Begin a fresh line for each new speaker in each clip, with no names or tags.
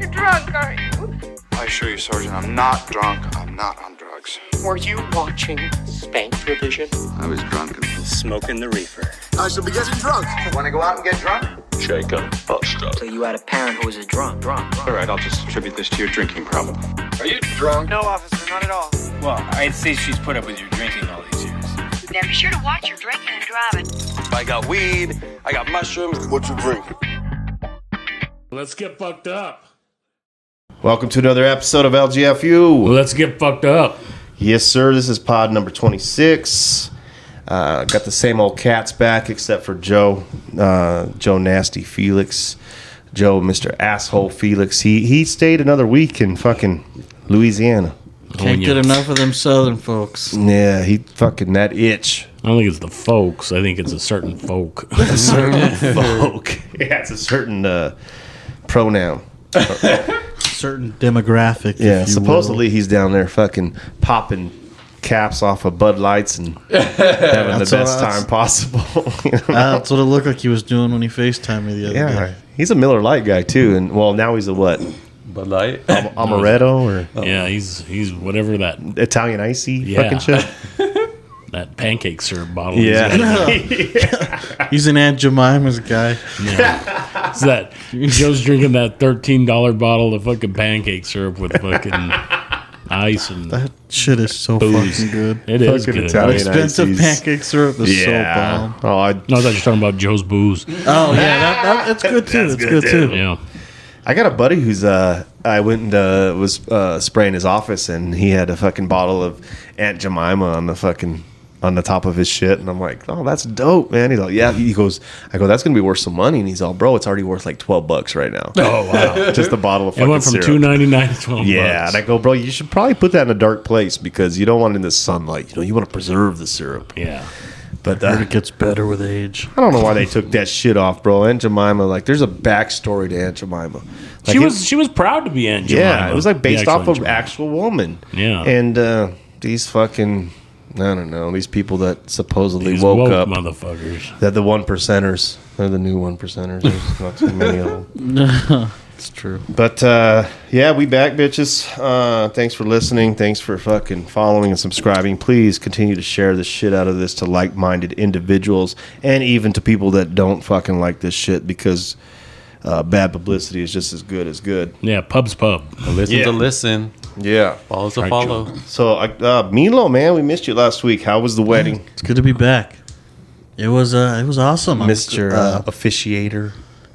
are you?
I assure you, Sergeant, I'm not drunk. I'm not on drugs.
Were you watching Spank Revision?
I was drunk and
Smoking the reefer.
I should be getting drunk.
want to go out and get drunk.
Shake up, bust up.
So you had a parent who was a drunk, drunk, drunk.
All right, I'll just attribute this to your drinking problem.
Are you drunk?
No, officer, not at all.
Well, I'd say she's put up with your drinking all these years.
Now be sure to watch your drinking and driving.
I got weed. I got mushrooms.
What you drink?
Let's get fucked up.
Welcome to another episode of LGFU.
Let's get fucked up.
Yes, sir. This is pod number 26. Uh, got the same old cats back, except for Joe, uh, Joe Nasty Felix, Joe, Mr. Asshole Felix. He he stayed another week in fucking Louisiana.
Can't get enough of them southern folks.
Yeah, he fucking that itch.
I don't think it's the folks. I think it's a certain folk.
A certain folk. Yeah, it's a certain uh, pronoun.
Certain demographic. if
Yeah,
you
supposedly he's down there fucking popping caps off of Bud Lights and having the
That's all
best
that's-
time possible. you know?
will. Ah, that's what it looked like he was doing when he FaceTimed me the other
Yeah,
day.
he's a Miller Light guy too, and well, now he's a what?
Bud Light.
Am- Amaretto or
Yeah, he's he's whatever that
Italian icy fucking
Yeah.
shit.
that pancake syrup bottle.
Yeah.
is got.
He's an Aunt Jemima's guy.
it's that Joe's drinking that thirteen dollar bottle of fucking pancake syrup with fucking ice and
That shit is so
booze.
fucking good.
It is
Fucking
good.
Italian.
No,
Expensive
Ices.
pancake syrup is so bomb.
Oh, I,
I thought you were talking about Joe's booze.
Oh yeah, that, that, that's good too. That's, good, too.
Yeah.
I got a buddy who's uh, I went and uh, was uh, spraying his office, and he had a fucking bottle of Aunt Jemima on the fucking on the top of his shit, and I'm like, oh, that's dope, man. He's like, yeah. He goes, I go, that's gonna be worth some money, and he's all, bro, it's already worth like twelve bucks right now. Oh wow, just a bottle of
It
fucking
went from
syrup.
two ninety nine to twelve.
Yeah,
bucks.
and I go, bro, you should probably put that in a dark place because you don't want it in the sunlight. You know, you want to preserve the syrup.
yeah.
But
Heard
uh,
it gets better with age.
I don't know why they took that shit off, bro. Aunt Jemima, like, there's a backstory to Aunt Jemima. Like,
she
it-
was she was proud to be Aunt
yeah,
Jemima,
it was like
the
based
actual
off
Aunt
of
Jemima.
actual woman.
Yeah.
and uh, these fucking, I don't know, these people that supposedly
These
woke
woke
up.
motherfuckers.
They're the one percenters. They're the new one percenters. There's not too many of them.
It's true.
But uh, yeah, we back, bitches. Uh, thanks for listening. Thanks for fucking following and subscribing. Please continue to share the shit out of this to like minded individuals and even to people that don't fucking like this shit because uh, bad publicity is just as good as good.
Yeah, pub's pub.
Listen
Yeah.
to listen.
Yeah.
Follow to follow.
So, uh, Milo, man, we missed you last week. How was the wedding,
It's good to be back. It was uh, it was awesome. I'm-
Mister
uh,
uh, Officiator?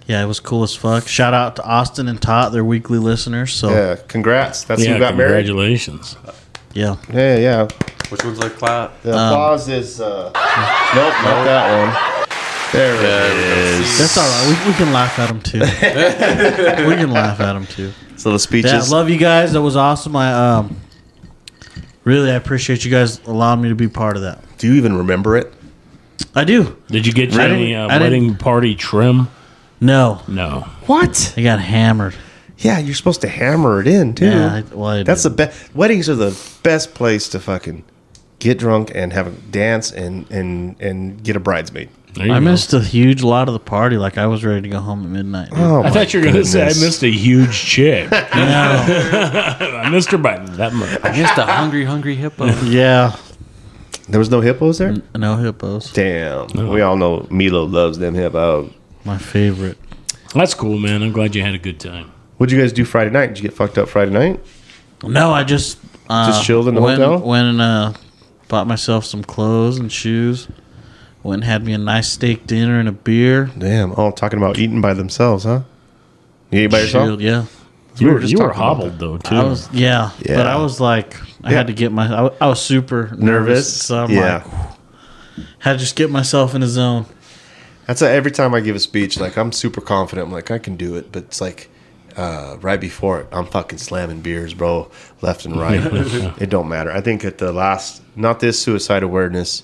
yeah, it was cool as fuck. Shout out to Austin and Tot, their weekly listeners. So yeah,
Yeah, congrats. That's
yeah,
who got married.
congratulations.
Yeah, yeah.
Which one's like clap?
The applause is. Uh, nope, not that one. There it is.
that's all right. We, we can laugh at them too. we can laugh at them too.
So the
Yeah,
speeches.
love you guys. That was awesome. I um, really I appreciate you guys allowing me to be part of that.
Do you even remember it?
I do.
Did you get you
I didn't-
any uh,
I didn't-
wedding party trim?
No,
No.
What?
I got hammered.
Yeah, you're supposed to hammer it in too.
Yeah, I- well, I
That's the
did.
best. Weddings are the best place to fucking get drunk and have a dance and and and get a bridesmaid.
There you
I
go.
missed a huge lot of the party. Like I was ready to go home at midnight. dude.
Oh,
I thought you were going to say I missed a huge chick.
No.
I missed her by that much.
Just a hungry, hungry hippo.
yeah,
There was no hippos there.
no hippos.
Damn, we all know Milo loves them hippos.
My favorite.
That's cool, man. I'm glad you had a good time.
What'd you guys do Friday night? Did you get fucked up Friday night?
No, I just uh,
Just chilled in the
went,
hotel?
Went and uh, bought myself some clothes and shoes. Went and had me a nice steak dinner and a beer.
Damn, all talking about eating by themselves, huh? You ate by yourself?
Chilled, yeah.
You
were
were,
just
you were
talking about
hobbled, though, too.
I was yeah,
Yeah.
but I was like I
Yeah.
had to get my I, w- I was super nervous,
Nervous?
so I'm
Yeah.
like had to just get myself in a zone.
That's a, every time I give a speech. Like I'm super confident. I'm like I can do it, but it's like uh, right before it, I'm fucking slamming beers, bro, left and right. it don't matter. I think at the last, not this suicide awareness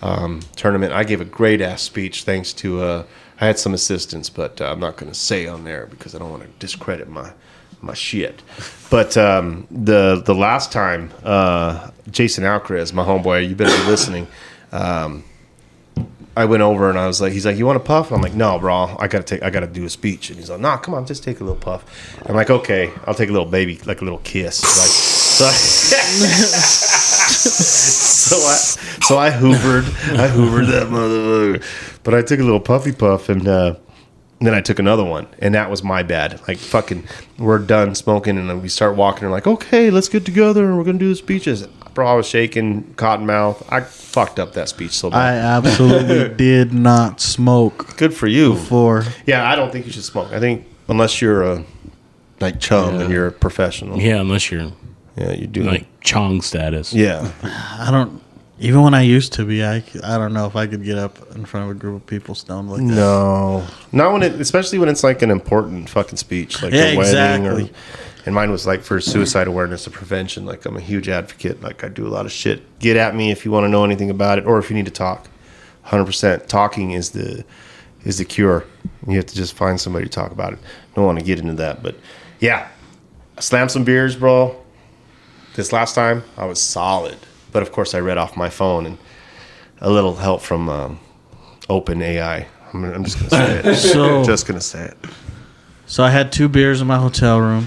um, tournament, I gave a great ass speech. Thanks to uh, I had some assistance, but uh, I'm not going to say on there because I don't want to discredit my my shit. But um, the the last time, uh, Jason Alcaraz, my homeboy, you better be listening. I went over and I was like, he's like, you want a puff? And I'm like, no, bro, I gotta take, I gotta do a speech. And he's like, nah, come on, just take a little puff. I'm like, okay, I'll take a little baby, like a little kiss. Like, so I, so I, so I hoovered, I hoovered that motherfucker. But I took a little puffy puff and. uh and then I took another one, and that was my bad. Like fucking, we're done smoking, and then we start walking. And like, okay, let's get together, and we're gonna do the speeches. Bro, I was shaking, cotton mouth. I fucked up that speech so
I
bad.
absolutely did not smoke
Good for you.
before.
Yeah, I don't think you should smoke. I think unless you're a like chum and you're a professional.
Yeah, unless you're
yeah, you do.
like Chong status.
yeah,
I don't. Even when I used to be, I, I don't know if I could get up in front of a group of people stoned like that.
no, not when it, especially when it's like an important fucking speech, like
Yeah,
a wedding or.
exactly.
And mine was like for suicide awareness and prevention. Like I'm a huge advocate. Like I do a lot of shit. Get at me if you want to know anything about it, or if you need to talk. 100. percent Talking is the is the cure. You have to just find somebody to talk about it. Don't want to get into that, but yeah, slam some beers, bro. This last time I was solid, but of course I read off my phone and a little help from um, Open AI. I'm, I'm just gonna say it.
So-
just gonna say it.
So I had two beers in my hotel room.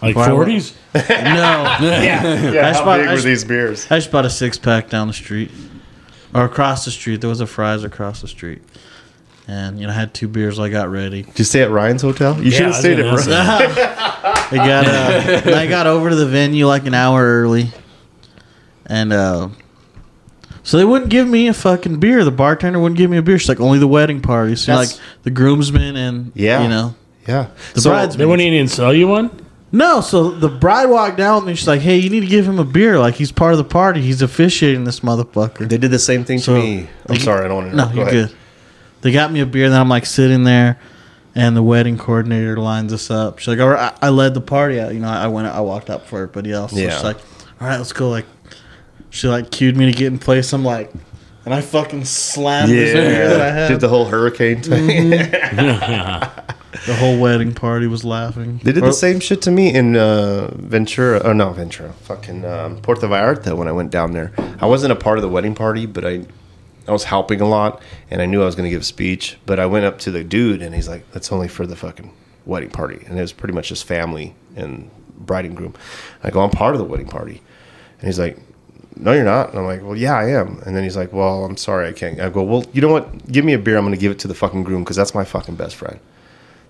Like
Why would-
forties?
No,
Yeah,
That's
how
why
big
I
were
sh-
these beers?
I just bought a six pack down the street or across the street. There was a fries across the street, and you know I had two beers. I got ready.
Did you stay at Ryan's hotel? You should have stayed at Ryan's.
I got uh, I got over to the venue like an hour early, and uh, so they wouldn't give me a fucking beer. The bartender wouldn't give me a beer. She's like, only the wedding party. So like
That's-
the groomsmen and
Yeah.
you know.
Yeah.
The
They
bridesmen.
wouldn't even sell you one.
No, so the bride walked down with me. She's like, "Hey, you need to give him a beer. Like he's part of the party. He's officiating this motherfucker."
They did the same thing
So-
to me. I'm sorry, I don't want to.
No,
interrupt.
you're
Go ahead.
good. They got me a beer, then I'm like sitting there, and the wedding coordinator lines us up. She's like, "All right, I, I led the party out. You know, I, I went, out, I walked out for everybody else." So
Yeah.
she's like, "All right, let's go." Like, she like cued me to get in place. I'm like, and I fucking slammed this beer that I Mm-hmm.
Yeah.
had.
Did the whole hurricane thing.
the whole wedding party was laughing.
They did
Or-
the same shit to me in uh, Ventura. Oh, not Ventura. Fucking um, Puerto Vallarta when I went down there. I wasn't a part of the wedding party, but I I was helping a lot, and I knew I was going to give a speech. But I went up to the dude, and he's like, "That's only for the fucking wedding party," and it was pretty much his family and bride and groom. I go, "I'm part of the wedding party," and he's like. No, you're not. And I'm like, well, yeah, I am. And then he's like, well, I'm sorry, I can't. I go, well, you know what? Give me a beer. I'm going to give it to the fucking groom because that's my fucking best friend.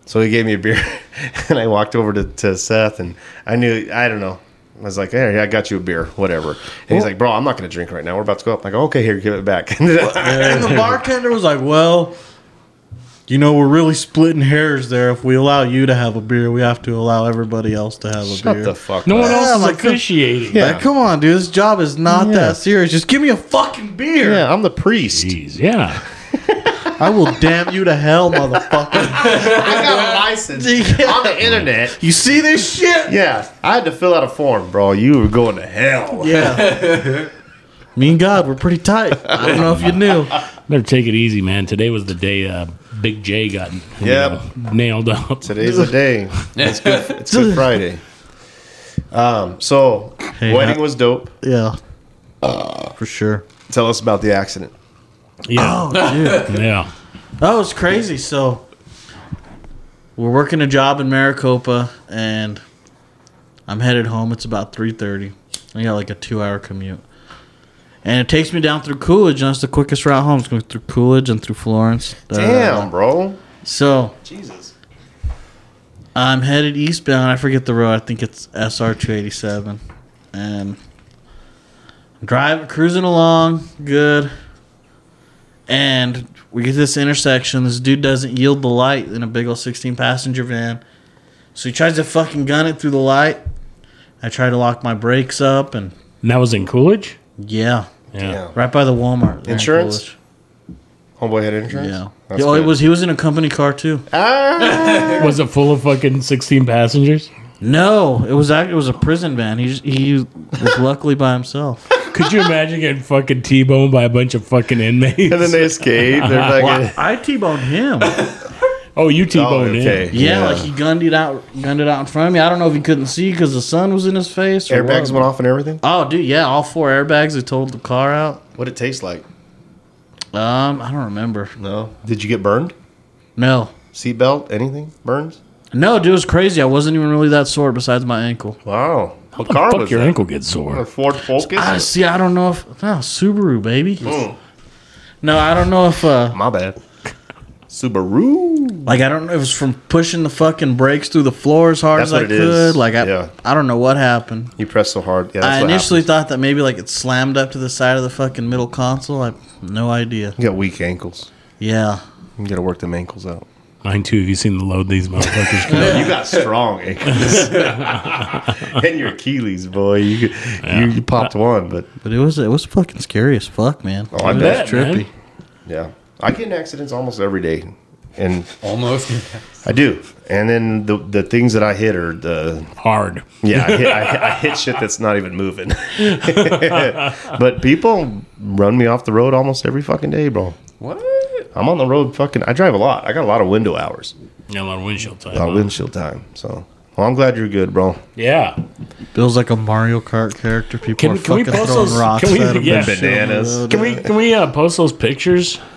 So he gave me a beer, and I walked over to, to Seth, and I knew I don't know. I was like, "Hey, I got you a beer, whatever." And he's like, "Bro, I'm not going to drink right now. We're about to go up." I go, "Okay, here, give it back."
And the bartender was like, "Well, you know, we're really splitting hairs there. If we allow you to have a beer, we have to allow everybody else to have a beer."
Shut the fuck
No
up.
one
Yeah,
else is
like, come-
officiating.
Yeah, come on, dude. This job is not that serious. Just give me a fucking beer.
Yeah, I'm the priest.
Jeez, yeah.
I will damn you to hell, motherfucker.
I got a license on the internet.
you see this shit?
Yeah, I had to fill out a form, bro. You were going to hell.
Yeah. me and God, we're pretty tight. I don't know if you knew.
Better take it easy, man. Today was the day uh, Big J got you
Yep.
know, nailed up.
Today's the day. It's good. It's Good Friday. Um, so wedding
how-
was dope.
Yeah. For sure.
Tell us about the accident.
Oh,
Yeah, yeah.
That was crazy. So we're working a job in Maricopa, and I'm headed home. It's about three thirty. I got like a two-hour commute, and it takes me down through Coolidge, and that's the quickest route home. It's going through Coolidge and through Florence.
Damn,
Uh,
bro.
so
Jesus.
I'm headed eastbound. I forget the road. I think it's SR two eighty seven, and I'm driving, cruising along, good. And we get to this intersection. This dude doesn't yield the light in a big old sixteen passenger van, so he tries to fucking gun it through the light. I try to lock my brakes up, and
And that was in Coolidge.
yeah,
Yeah.
right by the Walmart. there in
Insurance?
Coolidge.
Homeboy had insurance.
Yeah.
That's
oh, it
good.
was. He was in a company car too.
Was it full of fucking sixteen passengers?
No, it was act- it was a prison van. He just, he was luckily by himself.
Could you imagine getting fucking T-boned by a bunch of fucking inmates?
And then they escape. They're like,
Well, I I T-boned him. yeah,
oh, you T-boned
Oh, okay.
him.
like he gunned it out, gunned it out in front of me. I don't know if he couldn't see because the sun was in his face. Or
Airbags
what.
went off and everything.
Oh, dude, yeah, all four airbags. They totaled the car out.
What it taste like?
Um, I don't remember.
No. Did you get burned?
No,
Seatbelt? Anything? Burns?
no, dude, it was crazy. I wasn't even really that sore besides my ankle.
Wow. What
How the fuck your ankle gets sore?
A Ford Focus?
I see. I don't know if no Subaru baby.
Hmm.
No, I don't know if uh
My bad. Subaru.
like I don't know if it was from pushing the fucking brakes through the floor as hard
That's
as I
what it
could.
is.
Like I
Yeah.
I don't know what happened.
You press so hard. Yeah, that's
I
what
initially
initially
thought that maybe like it slammed up to the side of the fucking middle console. I have no idea.
You got weak ankles.
Yeah.
You got to work them ankles out.
Mine too. Have you seen the load these motherfuckers can
you got strong ankles. and your Achilles, boy. You, you popped one, but
But it was it was fucking scary as fuck, man.
Oh, I
It
bet,
was
man.
yeah. I get in accidents almost every day. And
Almost.
I do. And then the, the things that I hit are the
hard?
Yeah, I hit, I, hit- I hit shit that's not even moving. but people run me off the road almost every fucking day, bro.
what?
I'm on the road fucking. I drive a lot. I got a lot of window hours,
Yeah, a lot of windshield time.
a lot of windshield time. So, well, I'm glad you're good, bro.
Yeah.
Feels like a Mario Kart character. People
Can-
are
can we
fucking
post
throwing
those-
rocks
can we-
at 'em
yeah.
and shit on the
Bananas.
road.
Can we can we uh, post those pictures?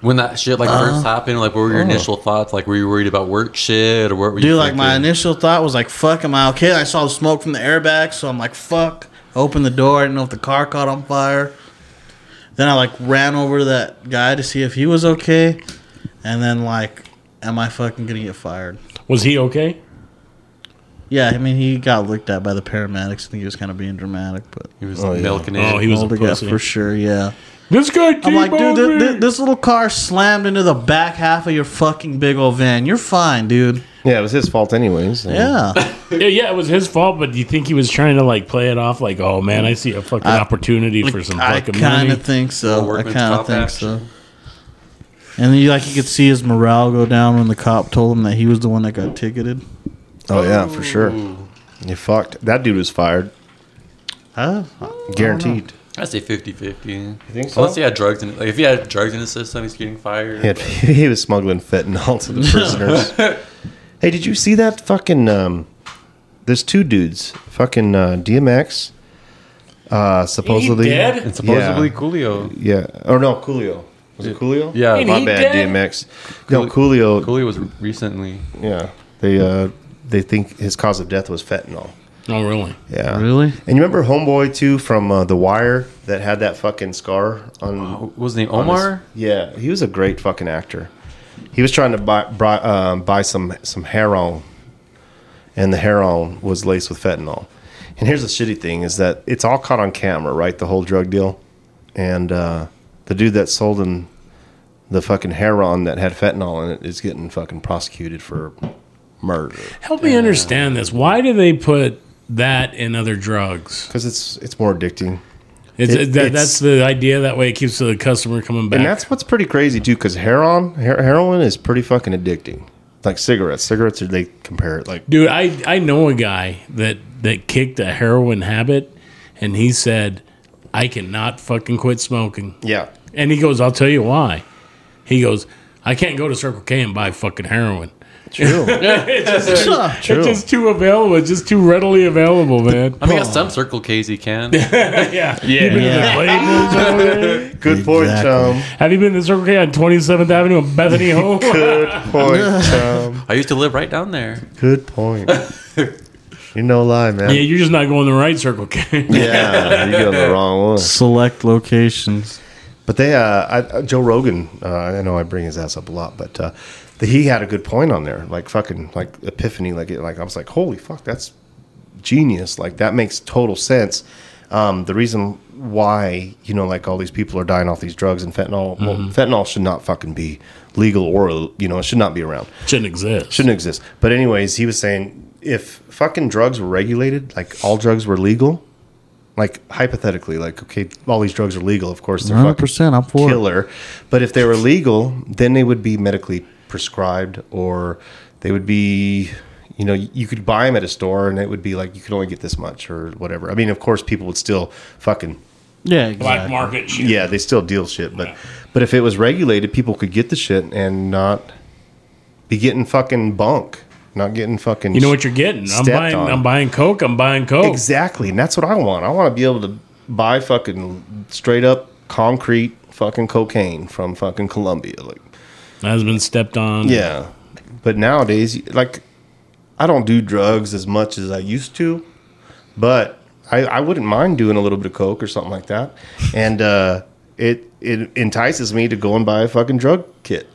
When that shit like first happened, like what were your initial thoughts? Like were you worried about work shit or what were you
Dude, like my
thinking?
initial thought was like, "Fuck, am I okay?" I saw the smoke from the airbag, so I'm like, "Fuck!" Open the door. I didn't know if the car caught on fire. Then I like ran over to that guy to see if he was okay, and then like, am I fucking gonna get fired?
Was he okay?
Yeah, I mean he got looked at by the paramedics. I think he was kind of being dramatic, but
He was
Oh, yeah.
milking it.
Oh, he was a
Older guy
pussy.
for sure. Yeah,
This guy.
I'm like, dude,
T-boned
thi- thi-
me.
this little car slammed into the back half of your fucking big old van. You're fine, dude.
Yeah, it was his fault, anyways. And
Yeah.
Yeah, yeah, it was his fault, but do you think he was trying to like play it off like, oh man, I see a fucking opportunity for some
I
fucking
kind
money?
of think so. I
workman's
kind of
comp
think so.
action.
And then you like you could see his morale go down when the cop told him that he was the one that got ticketed.
Oh yeah, for sure. You fucked. That dude was fired,
Huh?
guaranteed.
I say 50-50. You
think so?
Unless he had drugs in it. Like if he had drugs in his system, he's getting fired.
He, had, he was smuggling fentanyl to the prisoners. hey, did you see that fucking? Um, there's two dudes, fucking uh, DMX. Uh, supposedly
dead?
And supposedly
Yeah.
Coolio.
Yeah. Or no, Coolio. Was it Coolio?
Yeah,
Ain't
My
he
bad,
dead?
DMX. No, Coolio.
Coolio was recently.
Yeah. They uh they think his cause of death was fentanyl.
Oh, really?
Yeah.
Really?
And you remember Homeboy too from uh, The Wire that had that fucking scar on
What was his name?
on his-
Omar?
yeah, he was a great fucking actor. He was trying to buy buy, um, buy some some heroin, and the heroin was laced with fentanyl. And here's the shitty thing: is that it's all caught on camera, right? The whole drug deal, and uh, the dude that sold him the fucking heroin that had fentanyl in it is getting fucking prosecuted for murder
Help me understand this. Why do they put that in other drugs?
because it's it's more addicting.
It's,
It-
that,
it's-
that's the idea. That way, it keeps the customer coming back.
And that's what's pretty crazy too, because heroin her- heroin is pretty fucking addicting. Like cigarettes, cigarettes are they compare it like
Dude, I, I know a guy that, that kicked a heroin habit and he said, I cannot fucking quit smoking.
yeah.
And he goes, I'll tell you why. He goes, I can't go to Circle K and buy fucking heroin.
True. True.
It's just too available. It's just too readily available, man.
I mean, at some Circle K's he can.
yeah. You been
Yeah.
to Bladen's over there?
Good point,
Exactly.
Tom.
Have you been to Circle K on 27th Avenue and Bethany Home?
Good point, Tom.
I used to live right down there.
Good point. You're no lie,
yeah,
man.
you're just not going the right Circle K.
Yeah, you got the wrong one.
Select locations.
But they, uh, I, uh, Joe Rogan, uh, I know I bring his ass up a lot, but uh, the, he had a good point on there, like fucking, like epiphany, like it, like I was like, holy fuck, that's genius, like that makes total sense. Um, the reason why you know, like all these people are dying off these drugs and fentanyl, well, fentanyl should not fucking be legal or you know, it should not be around.
Shouldn't exist.
shouldn't exist. But anyways, he was saying if fucking drugs were regulated, like all drugs were legal, like hypothetically, like okay, all these drugs are legal. Of course, they're
Hundred
fucking
percent. I'm for it.
killer. But if they were legal, then they would be medically prescribed, or they would be, you know, you could buy them at a store, and it would be like you could only get this much or whatever. I mean, of course, people would still fucking
Yeah,
Black
exactly.
market shit.
yeah, they still deal shit, but but if it was regulated, people could get the shit and not be getting fucking bunk, not getting fucking. Oh,
You know what you're getting. I'm
Stepped
buying.
on.
I'm buying Coke. I'm buying Coke.
exactly, and that's what I want. I want to be able to buy fucking straight up concrete fucking cocaine from fucking Colombia. Like,
Has been stepped on.
yeah. But nowadays, like, I don't do drugs as much as I used to, but I, I wouldn't mind doing a little bit of coke or something like that. And uh, it it entices me to go and buy a fucking drug kit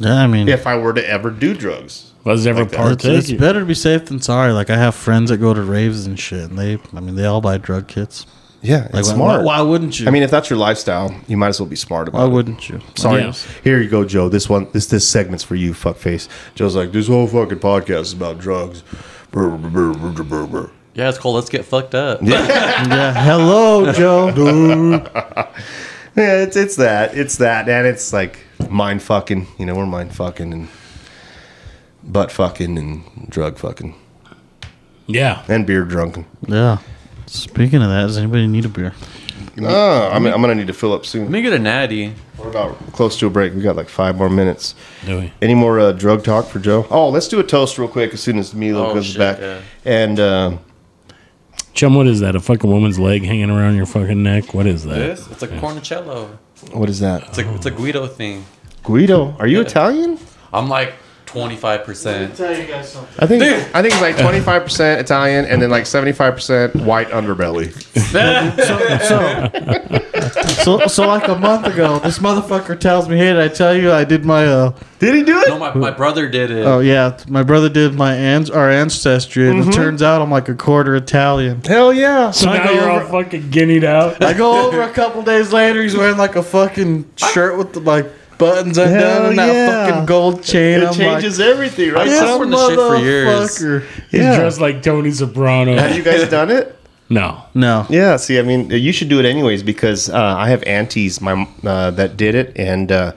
Yeah, I mean,
if I were to ever do drugs.
Was ever
it's, it's
partake?
better to be safe than sorry. Like I have friends that go to raves and shit, and they, I mean, they all buy drug kits.
Yeah, it's
Like, why-
smart.
Why, why wouldn't you?
I mean, if that's your lifestyle, you might as well be smart about
why
it.
wouldn't you?
Sorry.
Yes.
Here you go, Joe. This one, this this segment's for you, fuckface. Joe's like, this whole fucking podcast is about drugs. Brr, brr, brr, brr, brr, brr, brr.
Yeah, it's called Let's Get Fucked Up.
Yeah. Uh, Hello, Joe.
Yeah, it's it's that, it's that, and it's like mind fucking. You know, we're mind fucking and butt fucking and drug fucking
Yeah.
and beer drunken.
yeah. Speaking of that, does anybody need a beer?
Oh, I'm, I'm gonna need to fill up
Let
soon.
me get a natty.
We're about close to a break. We got like five more minutes.
Do we?
Any more uh, drug talk for Joe? Oh, let's do a toast real quick as soon as Milo
Oh,
goes
shit,
back.
yeah.
And uh,
Chum, what is that? A fucking woman's leg hanging around your fucking neck? What is that?
This? It's a cornicello.
what is that?
It's a, it's a Guido thing.
Guido, are you Italian?
I'm like 25%.
Tell you guys something.
I think I think it's like twenty five percent Italian and then like seventy five percent white underbelly.
So, so like a month ago, this motherfucker tells me, "Hey, did I tell you I did my uh,
Did he do it?
No, my, my brother did it.
Oh yeah, my brother did my ans- our ancestry,
Mm-hmm.
and it turns out I'm like a quarter Italian.
Hell yeah!
So now you're all fucking guineaed out.
I go over a couple days later, he's wearing like a fucking shirt with the like buttons undone
Hell
and
yeah.
that fucking gold chain. I'm
everything, right?
like, this
I've worn this shit for years."
motherfucker.
He's
Yeah.
dressed like Tony
Have
Soprano.
you guys done it?
No.
No,
Yeah. See, I mean, you should do it anyways because uh, I have aunties my uh, that did it, and uh,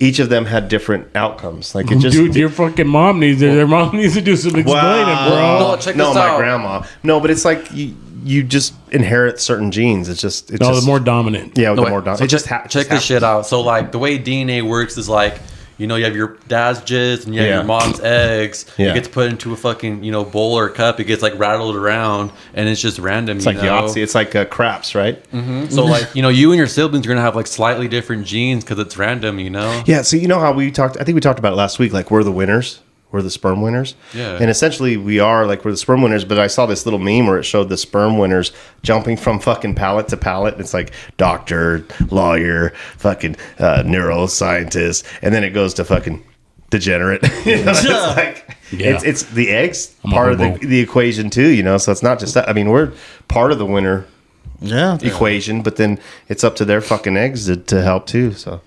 each of them had different outcomes. Like it just
Dude, your fucking mom needs to, their mom needs to do some explaining,
Wow.
bro.
No, check
no,
this
my
out.
grandma. No, but it's like you, you just inherit certain genes. It's just it's
No,
just
the more dominant.
yeah,
No,
the
wait.
more dominant.
So
it just
check-
ha-
check this
just happens.
shit out. So like the way DNA works is like you know you have your dad's jizz and you have
Yeah.
your mom's eggs.
Yeah.
It gets put into a fucking you know bowl or cup. It gets like rattled around and it's just random.
It's like
you know? Mm-hmm.
Yahtzee. It's like uh, craps, right?
So like you know you and your siblings are gonna have like slightly different genes because it's random. You know.
Yeah, so you know how we talked I think we talked about it last week, like we're the winners. We're the sperm winners.
Yeah.
And essentially we are like we're the sperm winners, but I saw this little meme where it showed the sperm winners jumping from fucking pallet to pallet. It's like doctor, lawyer, fucking uh, neuroscientist, and then it goes to fucking degenerate. You know, it's like it's, it's the eggs
a
part of the,
hobo.
the equation too, you know. So it's not just that I mean we're part of the winner
yeah,
equation, but then it's up to their fucking eggs to, to help too. So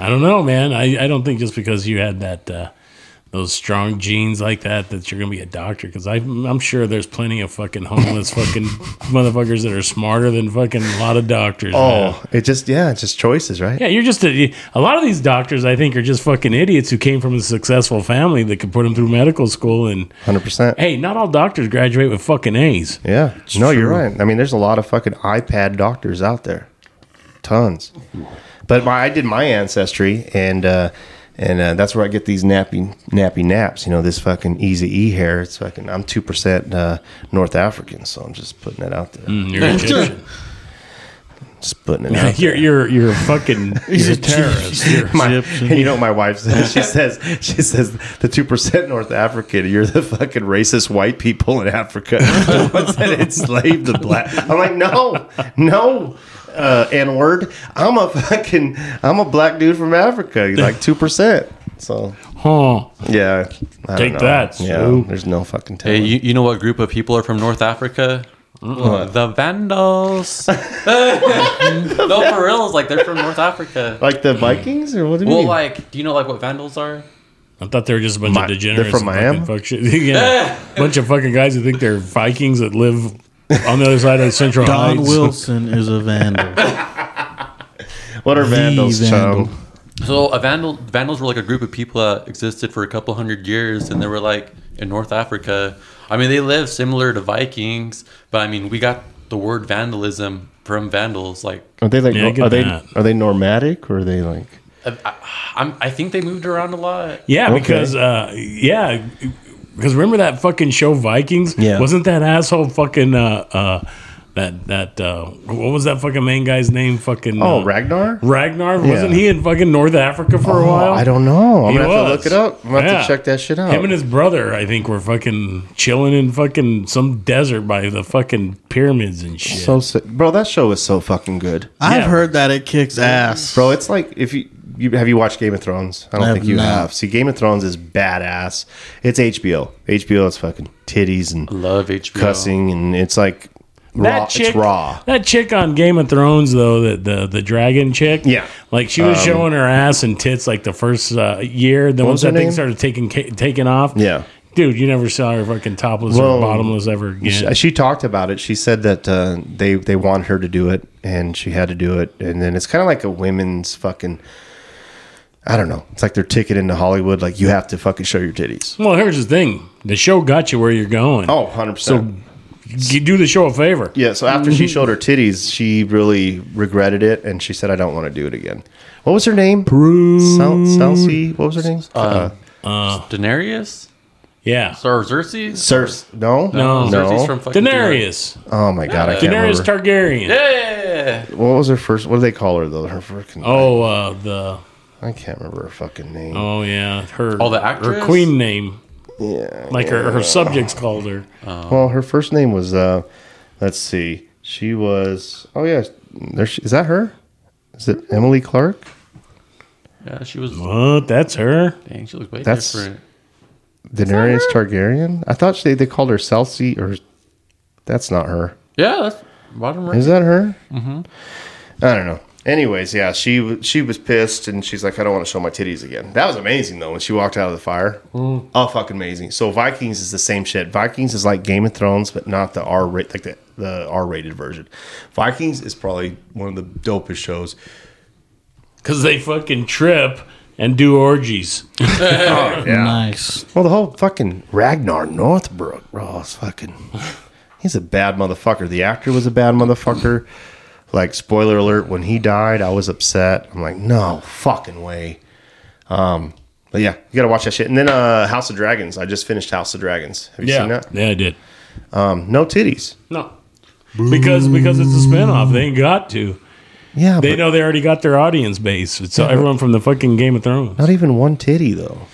I don't know, man. I, I don't think just because you had that uh, those strong genes like that that you're gonna be a doctor. Because I'm sure there's plenty of fucking homeless fucking motherfuckers that are smarter than fucking a lot of doctors. man.
Oh, it just yeah, it's just choices, right?
Yeah, you're just a, a lot of these doctors. I think are just fucking idiots who came from a successful family that could put them through medical school. And
Hundred percent.
hey, not all doctors graduate with fucking A's.
Yeah. No, you're right. I mean, there's a lot of fucking iPad doctors out there, tons. But my, I did my ancestry, and uh, and uh, that's where I get these nappy nappy naps. You know, this fucking easy e hair. It's fucking. I'm two percent uh, North African, so I'm just putting that out there.
You're Egyptian.
Just putting it out.
you're, you're you're a fucking you're a
Egyptian.
terrorist. You're-
My-
Egyptian.
and you know what my wife says? She says she says the two percent North African, you're the fucking racist white people in Africa, the ones that enslaved the black. I'm like, no, no, uh, N word. I'm a fucking I'm a black dude from Africa. You're like two percent. So
huh.
yeah, I
Take that,
Yeah,
Snoop.
there's no fucking telling.
Hey, you, you know what group of people are from North Africa? Mm-hmm. The Vandals. no, for real, it's like they're from North Africa.
like the Vikings or what do you
Well,
mean?
like, do you know like what Vandals are?
I thought they were just a bunch
My-
of
they're
degenerates.
from
and fucking
Miami?
Fuck shit. yeah, a bunch of fucking guys who think they're Vikings that live on the other side of Central
Don
Heights.
Wilson is a vandal.
what are vandals?
vandal.
chum?
So a vandal vandals were like a group of people that existed for a couple hundred years, and they were like in North Africa. I mean, they lived similar to Vikings, but I mean, we got the word vandalism from vandals. Like,
Are they like
Yeah, I get
are they
that.
are they nomadic or are they like
I, I, I'm, I think they moved around a lot.
Yeah,
Okay.
because uh, yeah, because remember that fucking show Vikings?
Yeah.
wasn't that asshole fucking uh, uh, that that uh, what was that fucking main guy's name? Fucking
Oh,
uh,
Ragnar?
Ragnar wasn't
Yeah.
he in fucking North Africa for a
Oh,
while?
I don't know. I'm
He
gonna have to
was.
look it up. I'm gonna
Yeah.
have to check that shit out.
Him and his brother, I think, were fucking chilling in fucking some desert by the fucking pyramids and shit.
so sick. bro, that show is so fucking good.
Yeah.
I've heard that it kicks ass.
Bro, it's like if you, you have you watched Game of Thrones? I don't
I have
think you
not.
have. See, Game of Thrones is badass. It's HBO. HBO is fucking titties and
Love HBO.
cussing, and it's like raw. it's raw.
That chick on Game of Thrones though, the the, the dragon chick.
Yeah. Um,
like she was showing her ass and tits like the first uh, year. Then once
was
that
her
thing
name?
started taking ca- taking off,
Yeah.
dude, you never saw her fucking topless
Well,
or bottomless ever
She,
again.
she talked about it. She said that uh, they they want her to do it, and she had to do it. And then it's kind of like a women's fucking. I don't know. It's like their ticket into Hollywood. Like you have to fucking show your titties.
well, here's the thing: the show got you where you're going.
Oh, 100 percent.
you do the show a favor.
Yeah. So after she
Mm-hmm.
showed her titties, she really regretted it, and she said, "I don't want to do it again." What was her name?
Rude.
Cel- Celsi. What was her name? Uh,
Daenerys?
Yeah,
Or Xerxes?
Cersei. No.
No.
Xerxes
No.
from fucking
Daenerys,
Oh my god, I can't
Daenerys
remember.
Targaryen.
Yeah.
what was her first? What do they call her though? Her fucking.
Oh, uh, the
I can't remember her fucking name.
oh yeah, her
Oh, the
her
actress?
queen name,
Yeah.
like her her subjects called her.
Well, her first name was uh let's see. She was Oh yeah, there she, is that her? Is it Emily Clark?
Yeah, she was.
What? That's her.
Dang, she looks way
That's-
different.
Daenerys Targaryen? I thought she, they called her Celsi or that's not her.
Yeah, that's bottom right.
Is that her? Mhm. I don't know. Anyways, yeah, she w- she was pissed and she's like I don't want to show my titties again. That was amazing though when she walked out of the fire. Oh, fucking amazing. So Vikings is the same shit. Vikings is like Game of Thrones but not the R rate like the the R rated version. Vikings is probably one of the dopest shows.
Because they fucking trip and do orgies.
Nice.
Well, the whole fucking Ragnar Northbrook, bro, is fucking. He's a bad motherfucker. The actor was a bad motherfucker. Like, spoiler alert, when he died, I was upset. I'm like, no fucking way. Um, but yeah, you gotta watch that shit. And then uh, House of Dragons. I just finished House of Dragons. Have you seen
Yeah,
that?
yeah, I did.
Um, no titties.
No, because because it's a spinoff. They ain't got to.
Yeah,
They
but
know they already got their audience base. It's everyone from the fucking Game of Thrones.
not e- even one titty though.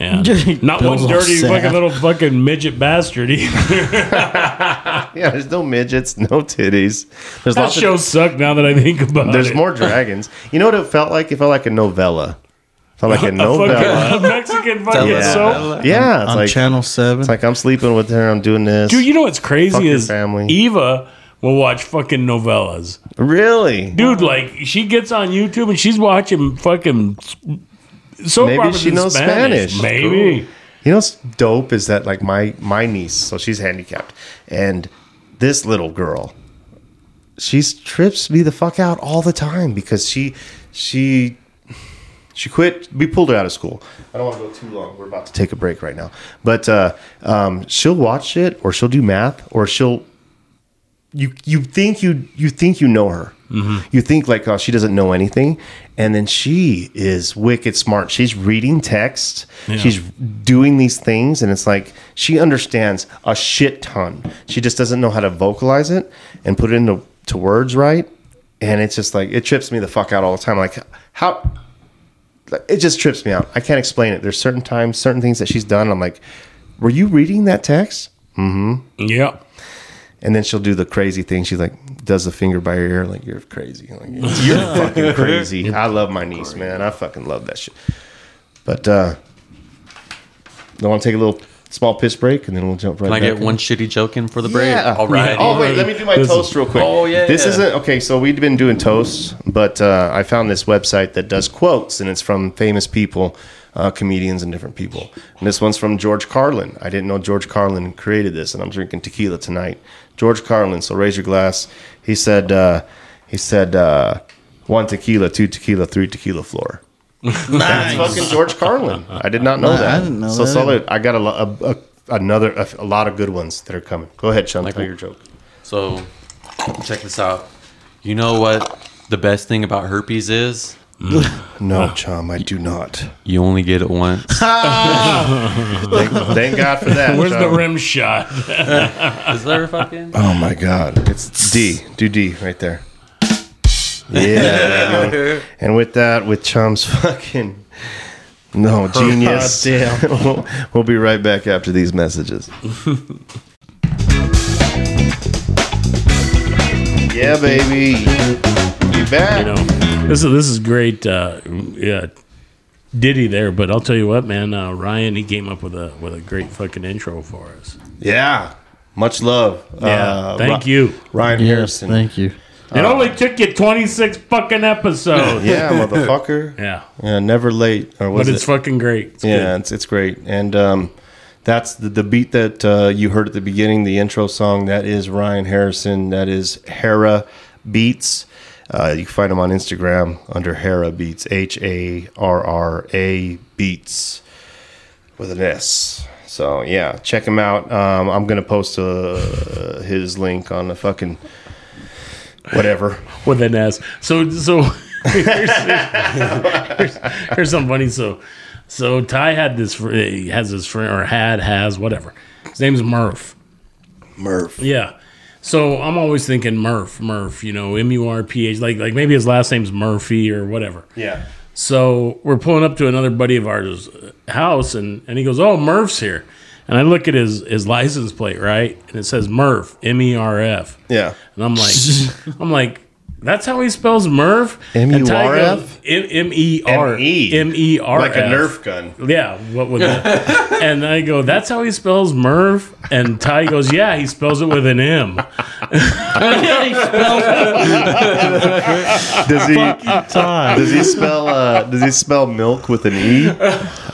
Yeah.
Dirty
Not one
Bill's
dirty
sad.
fucking little fucking midget bastard. either.
Yeah, there's no midgets, no titties. There's
that
lots
show
of
sucked. Now that I think about
there's
it,
more dragons. You know what it felt like? It felt like a novella. Felt like a novella.
fucking Mexican fucking
Yeah.
soap.
Yeah, it's
On
like
Channel 7.
It's like I'm sleeping with her. I'm doing this.
Dude, you know what's crazy
Fuck your
is
family.
Eva will watch fucking novellas.
really?
dude like she gets on youtube and she's watching fucking so
Maybe she knows Spanish.
maybe
You know what's dope is that like my my niece, so she's handicapped, and this little girl, she trips me the fuck out all the time because she she she quit. We pulled her out of school. I don't want to go too long. We're about to take a break right now, but uh, um, she'll watch it or she'll do math or she'll. You you think you you think you know her. You think like oh she doesn't know anything, and then she is wicked smart. She's reading text. She's doing these things, and it's like she understands a shit ton. She just doesn't know how to vocalize it and put it into to words right. And it's just like it trips me the fuck out all the time. Like how it just trips me out. I can't explain it. There's certain times, certain things that she's done. I'm like, were you reading that text?
yeah
And then she'll do the crazy thing. She's like, does the finger by her ear, like you're crazy. I'm like you're fucking crazy. I love my niece, man. I fucking love that shit. But uh, I want to take a little small piss break, and then we'll jump right.
Can I
back
get
in.
one shitty joke in for the break?
Yeah.
All right.
Oh wait, let me do my
This is-
toast real quick.
Oh, yeah,
This
yeah.
isn't okay. So we've been doing toasts, but uh, I found this website that does quotes, and it's from famous people, uh, comedians, and different people. And this one's from George Carlin. I didn't know George Carlin created this, and I'm drinking tequila tonight. George Carlin. So raise your glass. He said. Uh, he said. Uh, one tequila, two tequila, three tequila floor. That's fucking George Carlin. I did not know
Nah,
that.
I didn't know
so
that
solid. I got a, lo- a, a another a, a lot of good ones that are coming. Go ahead, Sean. tell your joke.
So, check this out. You know what the best thing about herpes is?
No, Chum, I do not.
You only get it once.
Thank, thank God for that.
Where's the
Chum.
rim shot?
Is there a fucking?
Oh my God. It's D. Do D right there. Yeah. there you go. and with that, with Chum's fucking. No, genius. we'll, we'll be right back after these messages. yeah, baby. You back.
you know this is this is great uh yeah ditty there but i'll tell you what man uh, ryan he came up with a with a great fucking intro for us
Yeah. Much love. Uh,
yeah thank
Ri-
you
Ryan
Yes,
Harrison.
thank you.
it
uh,
only took you 26 fucking episodes
yeah, motherfucker.
yeah
Yeah, never late. Or was
but
it?
it's fucking great It's
yeah, it's it's great. And um, that's the, the beat that uh, you heard at the beginning, the intro song. That is Ryan Harrison. That is Hera Beats. Uh, you can find him on Instagram under Hera Beats. H A R R A Beats with an S. So yeah, check him out. Um, I'm gonna post uh, his link on the fucking whatever.
good. with an s so so here's, here's- here's something funny so so ty had this fr- eh, he has his friend or had has whatever his name's murph
Murph.
Yeah. So I'm always thinking Murph, Murph, you know, M U R P H, like like maybe his last name's Murphy or whatever.
Yeah.
So we're pulling up to another buddy of ours' uh, house, and, and he goes, "Oh, Murph's here," and I look at his his license plate, right, and it says Murph, M E R F,
Yeah.
and I'm like, I'm like, that's how he spells Murph, And Ty
M.U.R.F.?
goes, M M E R
M.E.
M E R
Like a
F.
Nerf gun.
Yeah, what would that? and I go, that's how he spells Merv. And Ty goes, yeah, he spells it with an M.
Does he? Does he spell? Uh, does he spell milk with an e?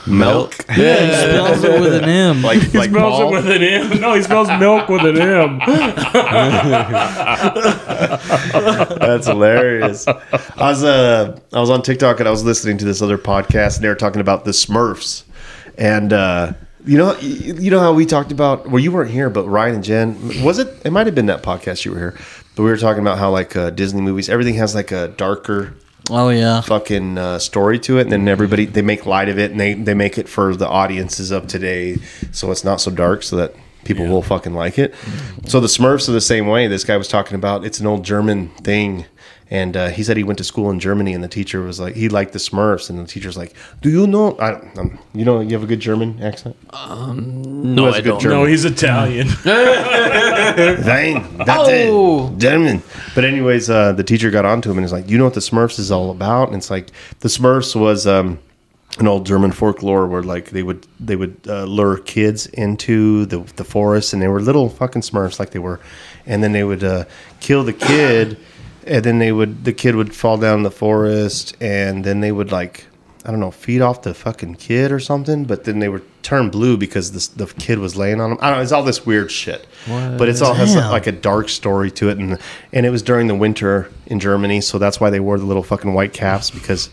Milk.
Yeah, he spells it with an M.
Like like
spells
Paul?
it with an M. No, he spells milk with an M.
That's hilarious. I was uh I was on TikTok and I was listening to this other podcast and they were talking about the Smurfs, and uh, you know you you know how we talked about well you weren't here but Ryan and Jen was it it might have been that podcast you were here but we were talking about how like uh, Disney movies everything has like a darker
Oh yeah.
fucking uh, story to it, and then everybody they make light of it, and they they make it for the audiences of today, so it's not so dark, so that people will fucking like it. So the Smurfs are the same way. This guy was talking about it's an old German thing. And uh, he said he went to school in Germany, and the teacher was like, he liked the Smurfs, and the teacher's like, "Do you know? I, um, you know, you have a good German accent.
No,
has Um, I a good don't. German?
No, he's Italian.
Dang, that's it. German. But anyways, uh, the teacher got onto him and is like, "You know what the Smurfs is all about?" And it's like the Smurfs was um, an old German folklore where like they would they would uh, lure kids into the the forest, and they were little fucking Smurfs like they were, and then they would uh, kill the kid, and then they would the kid would fall down in the forest, and then they would like I don't know, feed off the fucking kid or something, but then they were turned blue because this, the kid was laying on him. I don't know. It's all this weird shit, but it's all has
Damn.
like a dark story to it, and and it was during the winter in Germany, so that's why they wore the little fucking white caps because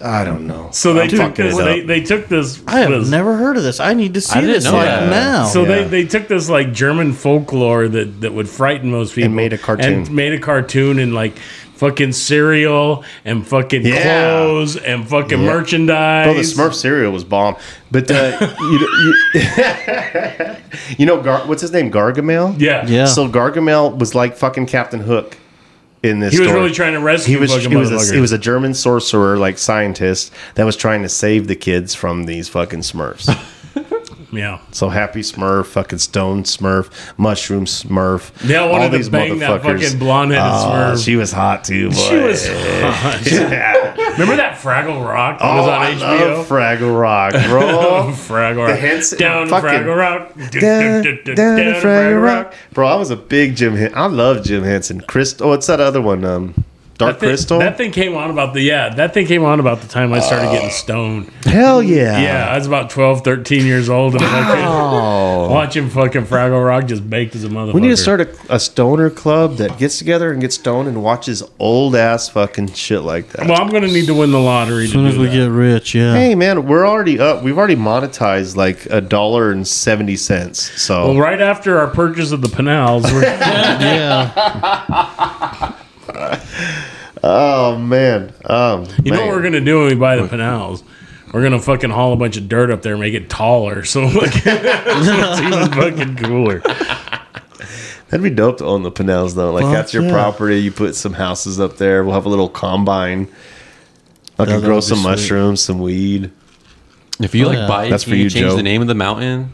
I don't know.
So they
I'm
took
fucking
this.
it
They,
up.
they took this.
I have
this-
never heard of this. I need to see
didn't
this
know
like
that.
now.
So
Yeah.
they, they took this like German folklore that, that would frighten most people
made a cartoon.
and made a cartoon and like fucking cereal and fucking
Yeah.
clothes and fucking merchandise.
Bro, the Smurf cereal was bomb, but uh, you, know- you, you know, Gar- what's his name, Gargamel?
Yeah.
Yeah.
So Gargamel was like fucking Captain Hook in this.
He was
story.
really trying to rescue
he was
fucking
he was,
motherfuckers.
a, he was a German sorcerer like scientist that was trying to save the kids from these fucking Smurfs.
Yeah.
so Happy Smurf, fucking Stone Smurf, Mushroom Smurf.
They all wanted to bang that fucking blonde-headed
Oh,
Smurf.
She was hot too. Boy.
She was hot. Remember that Fraggle Rock that
Oh,
was on
I
HBO?
love Fraggle Rock, bro.
Fraggle
The
Rock.
Henson-
down
fucking-
Fraggle Rock. Du-
Down,
du- du- du-
down to Fraggle Rock.
Rock.
bro. I was a big Jim. Han- I love Jim Henson. Crystal. Oh, what's that other one? Um, Dark
That thing,
Crystal.
that thing came on about the yeah. That thing came on about the time I started getting stoned.
Hell yeah.
Yeah, I was about 12, 13 years old, and fucking, watching fucking Fraggle Rock just baked as a motherfucker.
We need to start a, a stoner club that gets together and gets stoned and watches old ass fucking shit like that.
Well, I'm gonna need to win the lottery.
as soon
to
as
do
we
that.
get rich, yeah.
Hey man, we're already up. We've already monetized like a dollar and seventy cents. So
Well, right after our purchase of the Pinals, we're,
Yeah.
Oh man. Um,
You know
man.
what we're gonna do when we buy the Pinals? We're gonna fucking haul a bunch of dirt up there, and make it taller, so fucking- it's even fucking cooler.
That'd be dope to own the Pinellas though. Like
Fuck
that's your
yeah.
property. You put some houses up there. We'll have a little combine. I
that
can grow
would be
some
sweet.
mushrooms, some weed.
If you
Oh,
like
yeah.
buy it,
That's
can
for
you,
you,
change
Joe.
the name of the mountain?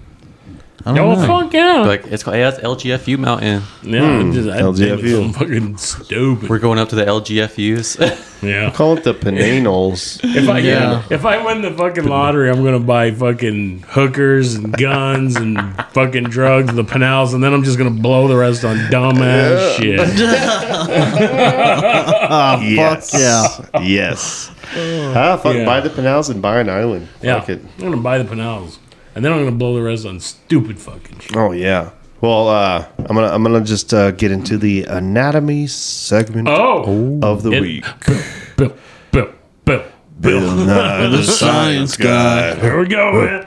I
Oh
don't know.
fuck yeah!
Be Like it's called yeah, it's LGFU Mountain.
yeah, I just, I think it's
LGFU.
so fucking stupid.
We're going up to the LGFUs.
yeah.
Call it the Pinanols.
If I
Yeah.
if I win the fucking lottery, I'm gonna buy fucking hookers and guns and fucking drugs and the Pinals, and then I'm just gonna blow the rest on dumbass shit. Ah,
yes.
Fuck
Yes. Ah, fuck.
Oh, Yeah.
Buy the Pinellas and buy an island.
Yeah,
Fuck it.
I'm gonna buy the Pinals, and then I'm gonna blow the rest on stupid fucking shit.
Oh yeah. Well, uh, I'm gonna I'm gonna just uh, get into the anatomy segment
Oh,
of the
It-
week.
Bill, Bill, Bill, Bill.
Bill Nye, the
Science guy.
Here we go, man.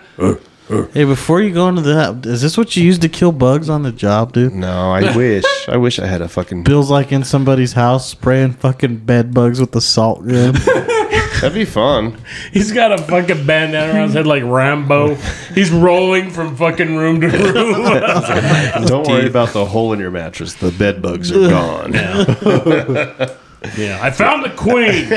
Hey, before you go into that, is this what you use to kill bugs on the job, dude?
No, I wish. I wish I had a fucking.
Bill's like in somebody's house spraying fucking bed bugs with the salt gun.
That'd be fun.
He's got a fucking bandana around his head like Rambo. He's rolling from fucking room to room.
Don't worry about the hole in your mattress. The bed bugs are gone.
yeah, I found the queen.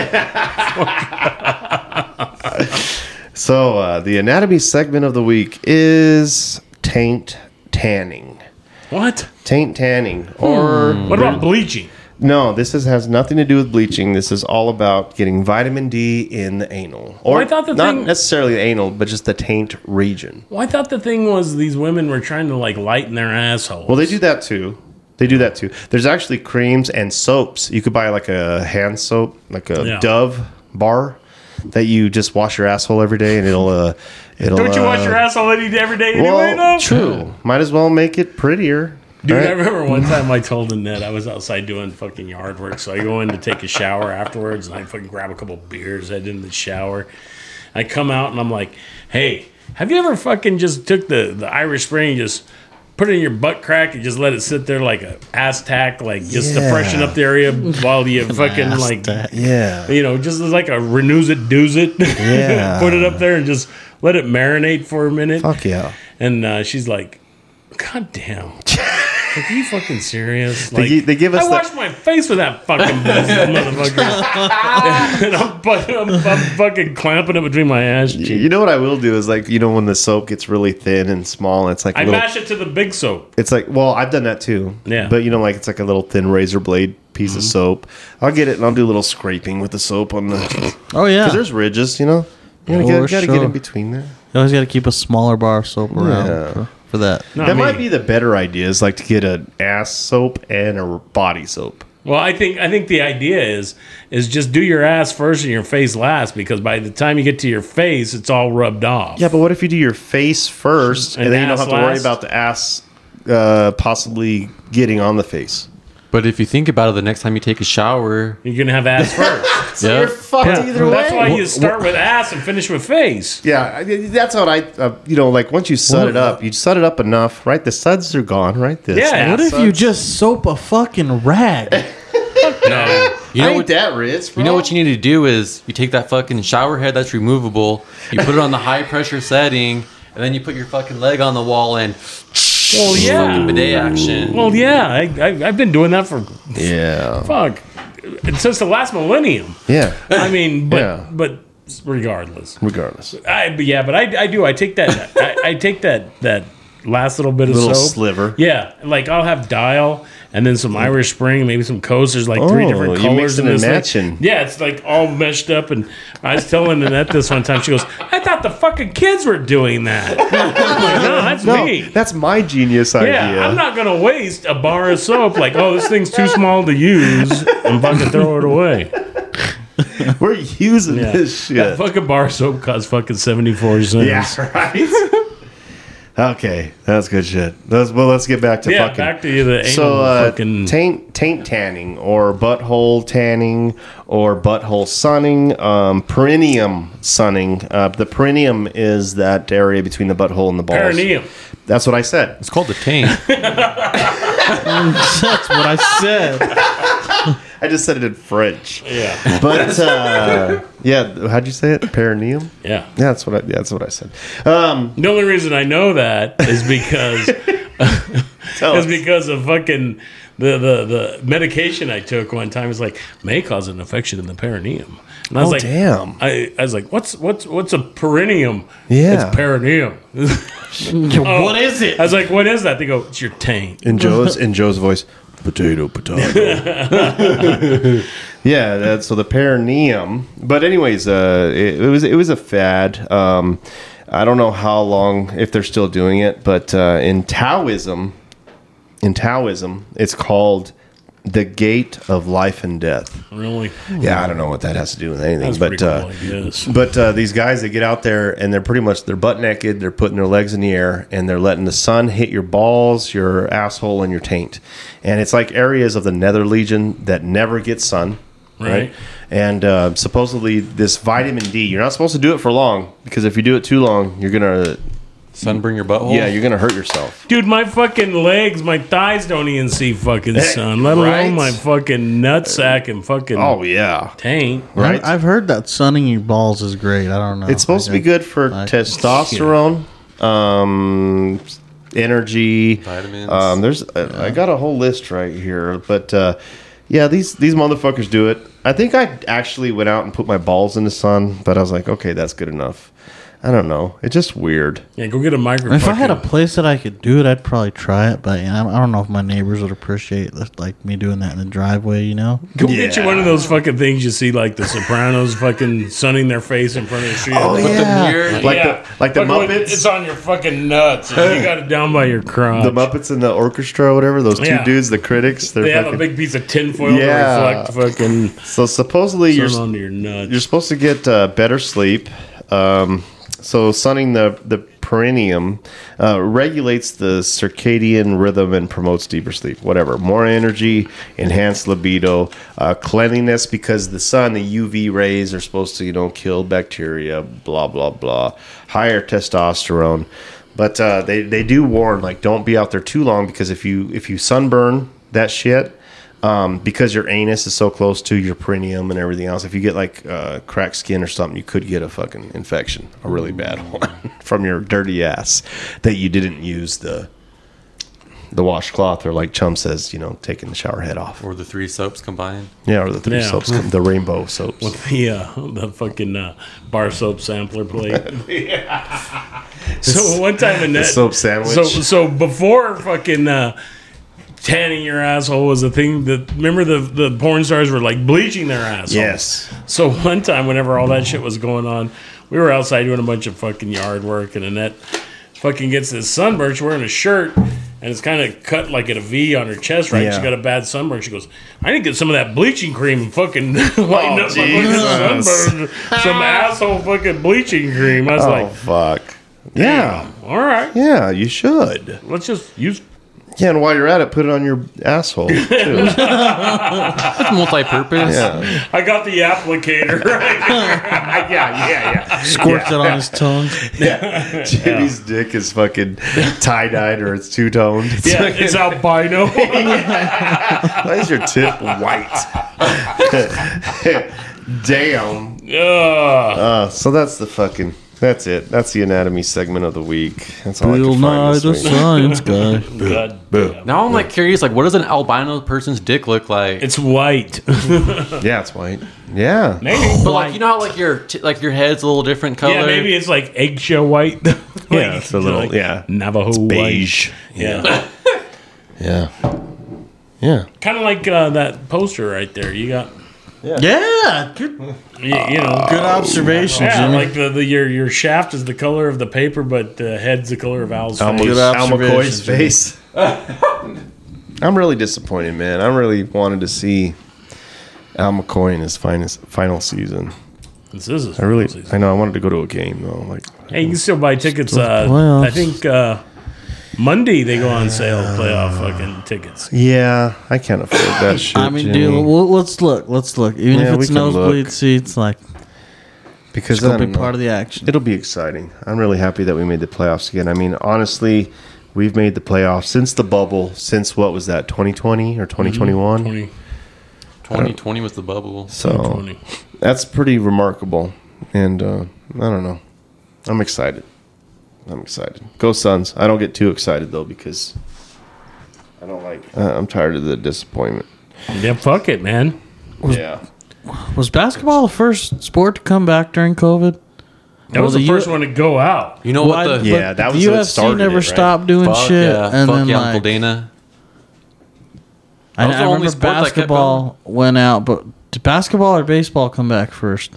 So uh, the anatomy segment of the week is taint tanning.
What?
Taint tanning, or
What about bleaching?
no, this is, has nothing to do with bleaching. This is all about getting vitamin D in the anal, or
I thought the
not
thing-
necessarily the anal, but just the taint region.
Well, I thought the thing was these women were trying to like lighten their asshole.
Well, they do that too. They do that too. There's actually creams and soaps. You could buy like a hand soap, like a
Yeah.
Dove bar, that you just wash your asshole every day, and it'll uh, it'll.
Don't you
uh,
wash your asshole any- every day anyway,
Well,
though?
true. Might as well make it prettier.
Dude,
right?
I remember one time I told Annette I was outside doing fucking yard work, so I go in to take a shower afterwards, and I fucking grab a couple beers, head in the shower. I come out and I'm like, "Hey, have you ever fucking just took the the Irish Spring and just put it in your butt crack and just let it sit there like a ass tack, like just to
Yeah.
freshen up the area while you fucking like
Yeah.
you know, just like a renews it, doos it.
Yeah.
Put it up there and just let it marinate for a minute.
Fuck yeah.
And uh, she's like, God damn. Like, Are you fucking serious? Like,
gi- they give us
I
the-
washed my face with that fucking motherfucker. and I'm, fu- I'm, I'm fucking clamping it between my ass cheeks.
You know what I will do is like you know when the soap gets really thin and small, it's like a
I
little,
mash it to the big soap.
it's like well I've done that too.
Yeah. Mm-hmm.
But you know like it's like a little thin razor blade piece of soap. I'll get it and I'll do a little scraping with the soap on the because
oh yeah,
there's ridges. You know you gotta, get,
For
gotta get
sure.
in between there.
you always got to keep a smaller bar of soap around
Yeah.
for, for that.
Not
that
me.
might be the better idea is like to get an ass soap and a body soap.
Well, I think I think the idea is is just do your ass first and your face last because by the time you get to your face, it's all rubbed off.
Yeah, but what if you do your face first and,
And
then you don't
ass
have to worry
last?
about the ass uh, possibly getting on the face?
but if you think about it, the next time you take a shower,
You're gonna have ass first.
so yeah,
fucked
That's why you start with ass and finish with face.
Yeah, I- that's what I, uh, you know, like once you sud it up, you sud it up enough, right? The suds are gone, right? The
Yeah.
What if you just soap a fucking rag?
you know
ain't
what
that rich,
you know what you need to do is you take that fucking shower head that's removable, you put it on the high pressure setting, and then you put your fucking leg on the wall and
Well,
fucking
yeah.
bidet action.
Well, yeah. I, I, I've been doing that for
Yeah,
fuck since the last millennium.
yeah.
I mean, but
Yeah.
but regardless,
Regardless,
I but yeah, but I, I do. I take that. I, I take that that last little bit of
little
soap.
sliver.
Yeah, like I'll have dial and then some Irish Spring, maybe some Coast. There's like three
Mm. Oh,
different
you
colors
mixing
in
and
this thing.
matching.
Yeah, it's like all meshed up. And I was telling Annette this one time. She goes, "I thought the fucking kids were doing that." I'm like, no, that's
No,
me.
that's my genius
yeah,
idea.
I'm not gonna waste a bar of soap. Like, oh, this thing's too small to use. I'm fucking throw it away.
We're using
Yeah.
this
That
shit.
fucking bar of soap costs fucking seventy four cents.
Yeah, right. okay, that's good shit. Let's, well, let's get back to
Yeah,
fucking.
back to you, the anal
so uh,
fucking
taint taint tanning or butthole tanning or butthole sunning um, perineum sunning uh, the perineum is that area between the butthole and the balls
perineum.
that's what i said
it's called the taint.
That's what I said.
I just said it in French.
Yeah.
But uh, yeah, how'd you say it? Perineum.
Yeah.
Yeah, that's what I. Yeah, that's what I said. Um,
The only reason I know that is because
tell
is
us.
because of fucking the, the the medication I took one time. It's like may cause an infection in the perineum. And I was
Oh,
like,
damn.
I, I was like, what's what's what's a perineum?
Yeah.
it's perineum. Oh,
What is it?
I was like, what is that? They go, it's your taint.
in Joe's in Joe's voice, potato, potato. yeah, that's so the perineum. But anyways, uh, it, it was it was a fad. Um, I don't know how long if they're still doing it, but uh, in Taoism, in Taoism, it's called the gate of life and death.
Really?
Yeah, I don't know what that has to do with anything,
That's
but
pretty cool.
uh,
I guess.
but uh, these guys that get out there and they're pretty much they're butt naked, they're putting their legs in the air, and they're letting the sun hit your balls, your asshole, and your taint. And it's like areas of the nether region that never get sun, right?
Right.
And uh, supposedly this vitamin D, you're not supposed to do it for long because if you do it too long, you're gonna
Sunburn your butthole.
yeah you're gonna hurt yourself.
Dude, my fucking legs, my thighs don't even see fucking sun, let alone
Right?
my fucking nutsack and fucking
Oh yeah,
taint.
right.
I've heard that sunning your balls is great. I don't know.
It's supposed to be good for
I-
testosterone, um, energy,
Vitamins.
Um, there's I I got a whole list right here, but uh, yeah, these these motherfuckers do it. I think I actually went out and put my balls in the sun, but I was like, okay, that's good enough. I don't know. It's just weird.
Yeah, go get a microphone.
If I had a place that I could do it, I'd probably try it. But you know, I don't know if my neighbors would appreciate like me doing that in the driveway. You know,
Go get you
Yeah.
one of those fucking things you see, like the Sopranos fucking sunning their face in front of the street.
mirror-
Oh, like
Yeah.
the like the
Fucking when
Muppets,
It's on your fucking nuts. and you got it down by your crotch.
the Muppets and the orchestra, or whatever. Those two
Yeah.
dudes, the critics. They're
they have a
fucking-
big piece of tinfoil
Yeah.
to reflect fucking
so supposedly you're
sun onto your nuts.
you're supposed to get uh, better sleep. Um, so sunning the the perineum uh, regulates the circadian rhythm and promotes deeper sleep. Whatever, more energy, enhanced libido, uh, cleanliness because the sun, the UV rays are supposed to you know kill bacteria. Blah blah blah. Higher testosterone. But uh, they, they do warn like don't be out there too long because if you if you sunburn that shit um, because your anus is so close to your perineum and everything else. If you get like uh, cracked skin or something, you could get a fucking infection, a really bad one from your dirty ass that you didn't use the the washcloth or like Chum says, you know, taking the shower head off.
Or the three soaps combined.
Yeah, or the three
Yeah.
soaps, the rainbow soaps.
Yeah, the fucking uh, bar soap sampler plate. So one time in that
soap sandwich.
So so before fucking uh, tanning your asshole was a thing that remember the the porn stars were like bleaching their asshole.
Yes.
So one time, whenever all that shit was going on, we were outside doing a bunch of fucking yard work, and Annette fucking gets this sunburn. She's wearing a shirt, and it's kind of cut like at a V on her chest, right?
Yeah.
She got a bad sunburn. She goes, "I need to get some of that bleaching cream and fucking lighten up my fucking
Oh, Jesus.
sunburn, some asshole fucking bleaching cream." I was
Oh
like,
fuck. Yeah.
"All right,
Yeah, you should.
let's just use."
Yeah, and while you're at it, put it on your asshole too.
It's multi-purpose.
yeah.
I got the applicator. right there. yeah, yeah, yeah.
squirts it on his tongue.
yeah. Jimmy's dick is fucking tie dyed or it's two toned.
Yeah, it's albino.
Why is your tip white? Damn.
Ugh.
Uh, so that's the fucking. That's it. That's the anatomy segment of the week. That's all
Bill
I can
Nye
find
the
this week.
science guy.
God.
Now I'm like curious, like what does an albino person's dick look like?
It's white.
Yeah, it's white. Yeah.
but like you know how like your t- like your head's a little different color.
Yeah, maybe it's like eggshell white.
Yeah, it's a little- yeah.
Navajo
Beige.
white. Yeah,
Yeah. Yeah.
kind of like uh, that poster right there. You got,
Yeah, good,
you, you know,
good observation,
yeah,
Jimmy.
like the, the your your shaft is the color of the paper, but the head's the color of Al's
Al,
face.
Good
Al
observation,
McCoy's
Jimmy.
face. I'm really disappointed, man. I really wanted to see Al McCoy in his finest, final season.
This is his
I really,
season.
I know, I wanted to go to a game though. Like,
Hey, you can still buy tickets. Uh,
playoffs.
I think uh, Monday they go on sale. Playoff fucking tickets.
yeah, I can't afford that shit.
I mean,
Jimmy.
dude, well, let's look. Let's look. Even
Yeah,
if
we
it's
can
nosebleed
look.
seats, like
because
it's gonna
I
be
don't know.
part of the action.
It'll be exciting. I'm really happy that we made the playoffs again. I mean, honestly, we've made
Mm-hmm.
the playoffs since the bubble, since what was that, 2020 or 2021?
Twenty.
2020 was the bubble.
So
Funny.
that's pretty remarkable, and uh, I don't know. I'm excited. I'm excited. Go Suns! I don't get too excited though because I don't like. Uh, I'm tired of the disappointment.
Yeah, fuck it, man.
Yeah,
Was basketball the first sport to come back during COVID?
That was
Well,
the
the
first
U-
one to go out.
You know
Why-
what?
but
The
Yeah, that was
the
what
UFC
started it,
never
right?
stopped doing
fuck
shit.
yeah,
and
fuck
then
yeah,
like,
Uncle Dana.
I,
That was
I
the only
remember
sport that kept
basketball went out, but did basketball or baseball come back first?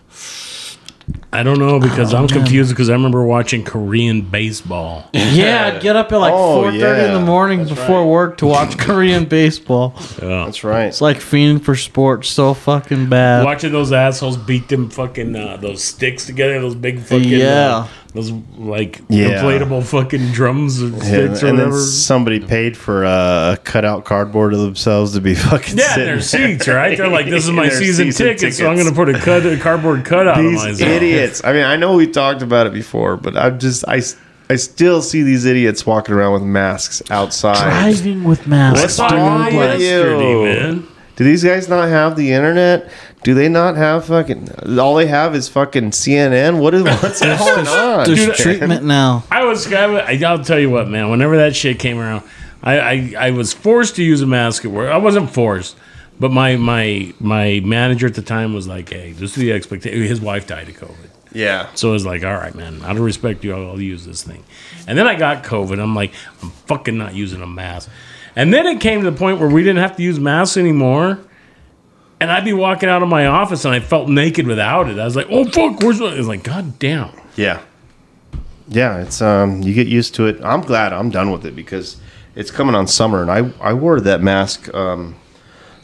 I don't know
Oh,
because I'm confused because I remember watching Korean baseball.
Yeah, I'd get up at like
Oh,
four thirty in
yeah.
the morning before work to watch Korean baseball.
that's right.
It's like fiending for sports so fucking bad.
Watching those assholes beat them fucking uh, those sticks together, those big fucking
Yeah.
uh, those like
Yeah.
inflatable fucking drums or
And,
sticks or
and then
whatever.
somebody paid for uh, a cutout cardboard of themselves to be fucking
Yeah,
sitting
their
there.
seats, right? They're like, this is my
Their
season,
season
ticket, so I'm going to
tickets.
put a, cut, a cardboard cutout on
these
myself.
idiots. I mean, I know we talked about it before, but I'm just I I still see these idiots walking around with masks outside.
Driving with masks.
What's
Fuck
Dude,
my
like-
yesterday,
Ew.
man.
Do these guys not have the internet? Do they not have fucking? All they have is fucking CNN. What is what's going on?
There's treatment now.
I was. I, wa- I'll tell you what, man. Whenever that shit came around, I, I, I was forced to use a mask at work. I wasn't forced, but my my my manager at the time was like, "Hey, this is the expectation." His wife died of COVID,
yeah,
so I was like, "All right, man. Out of respect, you, I'll, I'll use this thing." And then I got COVID. I'm like, I'm fucking not using a mask. And then it came to the point where we didn't have to use masks anymore. And I'd be walking out of my office and I felt naked without it. I was like, "Oh fuck, where's my?" It's like, "God damn."
yeah, yeah. It's um, you get used to it. I'm glad I'm done with it because it's coming on summer, and I I wore that mask um,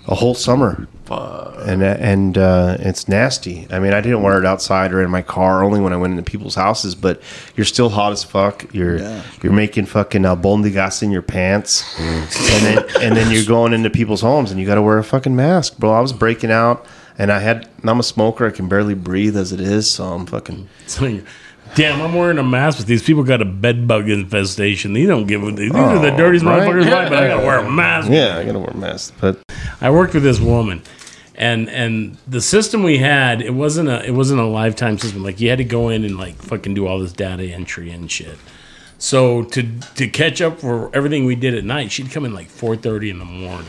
a whole summer. And and uh, it's nasty. I mean, I didn't wear it outside or in my car, only when I went into people's houses. But you're still hot as fuck. You're you're making fucking albondigas in your pants, and then and then you're going into people's homes, and you got to wear a fucking mask, bro. I was breaking out, and I had. And I'm a smoker. I can barely breathe as it is, so I'm fucking.
Something- Damn, I'm wearing a mask, but these people got a bed bug infestation. They don't give a. These are the
Oh,
dirtiest
right.
motherfuckers alive, but I gotta wear a mask.
Yeah, I gotta wear a mask, but
I worked with this woman, and and the system we had it wasn't a it wasn't a lifetime system. Like you had to go in and like fucking do all this data entry and shit. So to to catch up for everything we did at night, she'd come in like four thirty in the morning.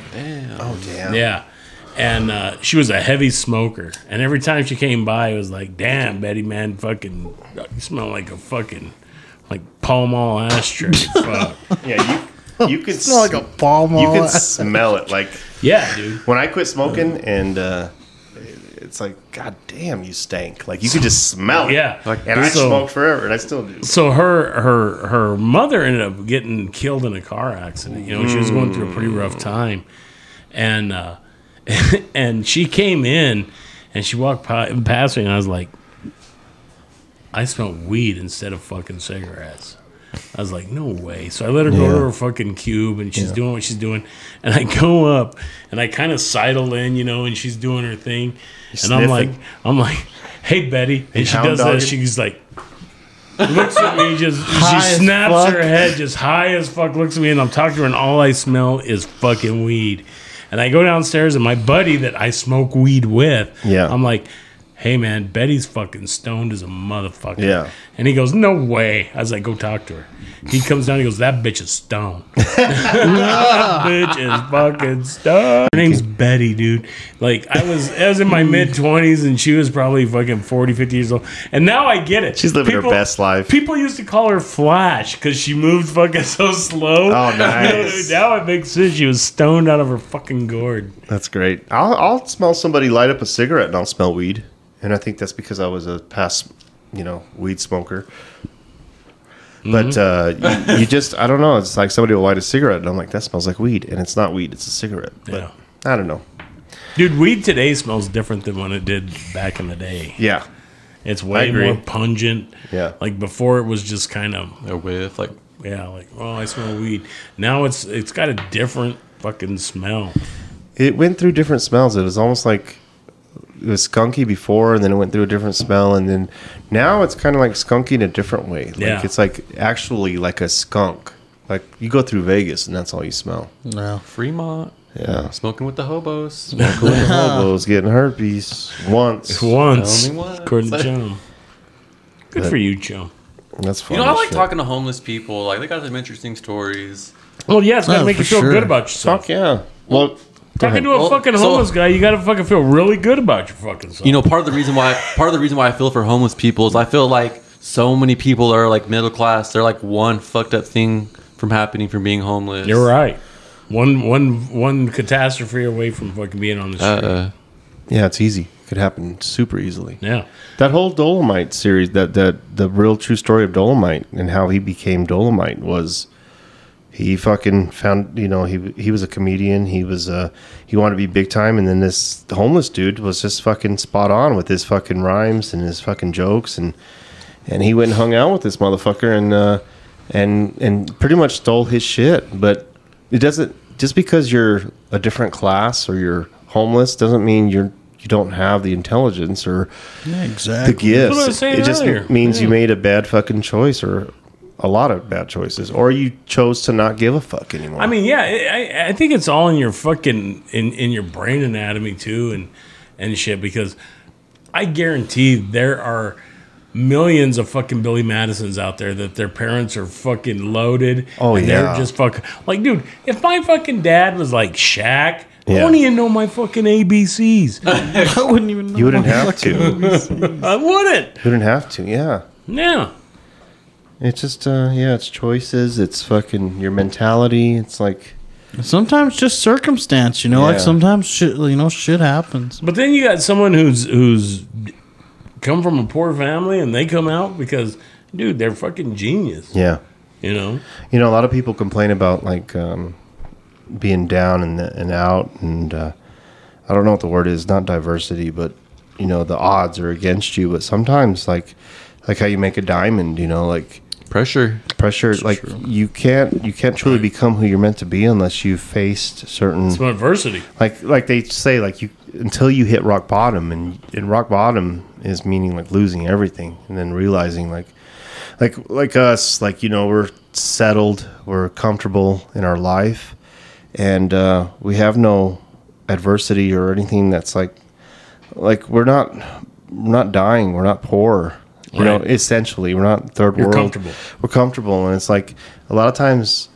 oh damn,
Yeah. And uh, she was a heavy smoker. And every time she came by, it was like, damn, Betty, man, fucking, you smell like a fucking, like Pall Mall ashtray. Fuck.
yeah, you you could smell
Like a palm
you could smell it like
Yeah, dude.
when I quit smoking and. uh it's like, god damn, you stank. Like you could just smell it.
Yeah.
Like, and I
So-
smoked forever, and I still do.
So her her her mother ended up getting killed in a car accident. You know, she was going through a pretty
Mm.
rough time, and uh, and she came in and she walked pa- past me, and I was like, I smell weed instead of fucking cigarettes. I was like, no way. So I let her go to her fucking cube and she's doing what she's doing. And I go up and I kind of sidle in, you know, and she's doing her thing. and I'm like,
sniffing.
I'm like, hey, Betty. And she
hound
does that.
dogging?
She's like, looks at me, just,
High
she
as
snaps
fuck.
her head just high as fuck, looks at me, and I'm talking to her, and all I smell is fucking weed. And I go downstairs, and my buddy that I smoke weed with,
Yeah.
I'm like, hey man, Betty's fucking stoned as a motherfucker.
Yeah.
And he goes, no way. I was like, go talk to her. He comes down, he goes, that bitch is stoned. bitch is fucking stoned. Her name's Betty, dude. Like, I was I was in my mid 20s, and she was probably fucking 40, 50 years old. And now I get it.
She's living her best life.
People used to call her Flash because she moved fucking so slow.
Oh, nice.
now it makes sense. She was stoned out of her fucking gourd.
That's great. I'll, I'll smell somebody light up a cigarette and I'll smell weed. And I think that's because I was a past, you know, weed smoker. But
Mm-hmm.
uh, you, you just, I don't know. It's like somebody will light a cigarette and I'm like, that smells like weed. And it's not weed, it's a cigarette. But
Yeah.
I don't know.
Dude, weed today smells different than when it did back in the day.
Yeah.
It's way
agree.
more pungent.
Yeah.
Like before, it was just kind of
A whiff, like
yeah, like oh, I smell weed. Now it's it's got a different fucking smell.
It went through different smells. It was almost like it was skunky before and then it went through a different smell. And then now it's kind of like skunky in a different way. Like
Yeah.
It's like actually like a skunk. Like you go through Vegas and that's all you smell.
No.
Fremont.
Yeah.
Smoking with the hobos.
Smoking with the hobos, getting herpes once.
Once,
Only once.
according to Joe. Good for you, Joe.
That's fine.
You know, I like talking to homeless people. Like they got some interesting stories.
Well, yeah, it's got to
Oh,
make you
for
feel
sure.
good about yourself.
Fuck yeah. Well,
Talking to a
Well,
fucking
so-
homeless guy, you got to fucking feel really good about your fucking self.
You know, part of the reason why part of the reason why I feel for homeless people is I feel like so many people are like middle class. They're like one fucked up thing from happening from being homeless.
You're right. One one one catastrophe away from fucking being on the street.
Uh,
yeah, it's easy. Could happen super easily.
yeah.
That whole Dolomite series, that that the real true story of Dolomite and how he became Dolomite was he fucking found you know he he was a comedian he was uh he wanted to be big time and then this homeless dude was just fucking spot on with his fucking rhymes and his fucking jokes and and he went and hung out with this motherfucker and uh and and pretty much stole his shit but it doesn't just because you're a different class or you're homeless doesn't mean you're you don't have the intelligence or the
Exactly.
gifts.
What was I saying
it just
earlier?
means you made a bad fucking choice or a lot of bad choices, or you chose to not give a fuck anymore.
I mean, yeah, I- I, I think it's all in your fucking in, in your brain anatomy too, and and shit. Because I guarantee there are millions of fucking Billy Madisons out there that their parents are fucking loaded.
Oh,
and
yeah.
they're just fucking like, dude. If my fucking dad was like Shaq, I
Yeah.
wouldn't even know my fucking ABCs.
I wouldn't even know.
you wouldn't
my
have
fucking-
to. you
I wouldn't.
wouldn't have to. Yeah,
Yeah.
it's just uh, yeah, it's choices. It's fucking your mentality. It's like
Sometimes just circumstance, you know. Like
Yeah.
sometimes shit, you know, shit happens.
But then you got someone who's who's come from a poor family and they come out because dude, they're fucking genius.
yeah,
You know?
you know, a lot of people complain about like um, being down and and out, and uh, I don't know what the word is, not diversity, but you know, the odds are against you. But sometimes, like like how you make a diamond, you know, like
pressure.
pressure like you can't you can't truly become who you're meant to be unless you've faced certain
Some adversity.
like like they say like you until you hit rock bottom and and rock bottom is meaning like losing everything and then realizing like like like us like you know we're settled we're comfortable in our life and uh, we have no adversity or anything that's like like we're not we're not dying we're not poor you know
Right.
essentially we're not 3rd
You're
world
comfortable.
we're comfortable and it's like a lot of times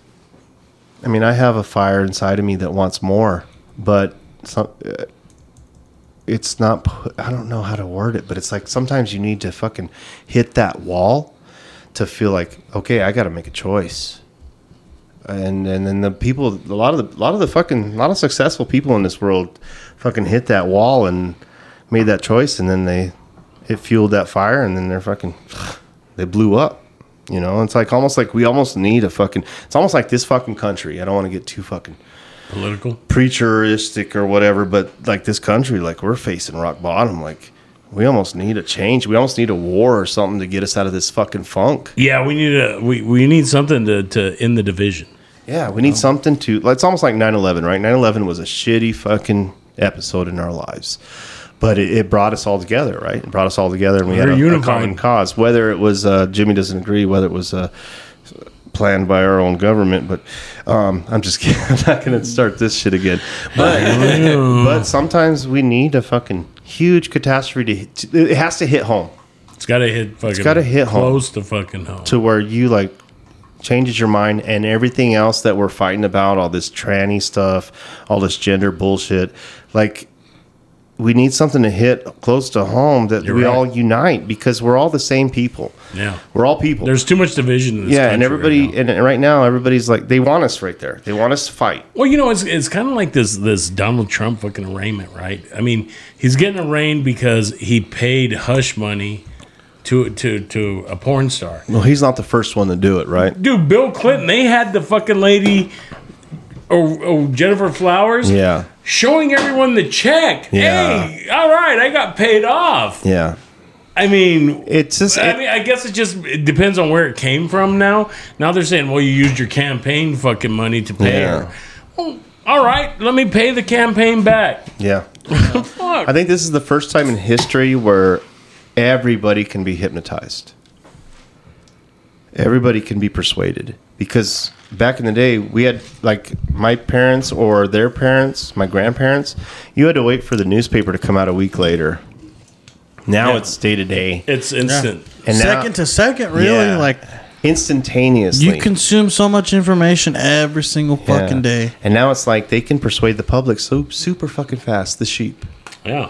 I mean, I have a fire inside of me that wants more, but some, uh, it's not. pu- I don't know how to word it, but it's like sometimes you need to fucking hit that wall to feel like, okay, I got to make a choice. And and then the people, a lot of the, a lot of the fucking, a lot of successful people in this world, fucking hit that wall and made that choice, and then they, it fueled that fire, and then they're fucking, they blew up. You know, it's like almost like we almost need a fucking. It's almost like this fucking country. I don't want to get too fucking
Political.
preacheristic or whatever, but like this country, like we're facing rock bottom. Like we almost need a change. We almost need a war or something to get us out of this fucking funk.
Yeah, we need a we, we need something to, to end the division.
Yeah, we
Oh.
need something to. like, It's almost like 9 11, right? 9 11 was a shitty fucking episode in our lives. But it, it brought us all together, right? It brought us all together and we had
We're
a, a
unified.
common cause. Whether it was, uh, Jimmy doesn't agree, whether it was uh, planned by our own government, but um, I'm just kidding. I'm not going to start this shit again. But, but sometimes we need a fucking huge catastrophe to, to. It has to hit home
It's gotta hit fucking
gotta hit home.
close to fucking home.
to where you like changes your mind and everything else that we're fighting about all this tranny stuff all this gender bullshit like we need something to hit close to home that
You're
we
right.
all unite because we're all the same people
yeah.
we're all people
There's too much division in this
yeah and
country right
everybody
now.
and right now everybody's like they want us right there they want us to fight
Well, you know, it's it's kind of like this this Donald Trump fucking arraignment, right? I mean, he's getting arraigned because he paid hush money to to to a porn star.
well he's not the first one to do it right
Dude, Bill Clinton, they had the fucking lady or, or Jennifer Flowers
yeah
showing everyone the check.
Yeah.
Hey, all right, I got paid off.
yeah
I mean,
it's just
I mean, I guess it just it depends on where it came from. Now, now they're saying, well, you used your campaign fucking money to pay
Yeah.
her. Well, all right, let me pay the campaign back.
Yeah. I think this is the first time in history where everybody can be hypnotized. Everybody can be persuaded. because back in the day we had like my parents or their parents, my grandparents, you had to wait for the newspaper to come out a week later. Now
Yeah.
it's day to day.
It's instant.
And now-
second to second, really.
Yeah.
Like
instantaneously.
you consume so much information every single
Yeah.
fucking day.
And now it's like they can persuade the public so super fucking fast, the sheep.
Yeah.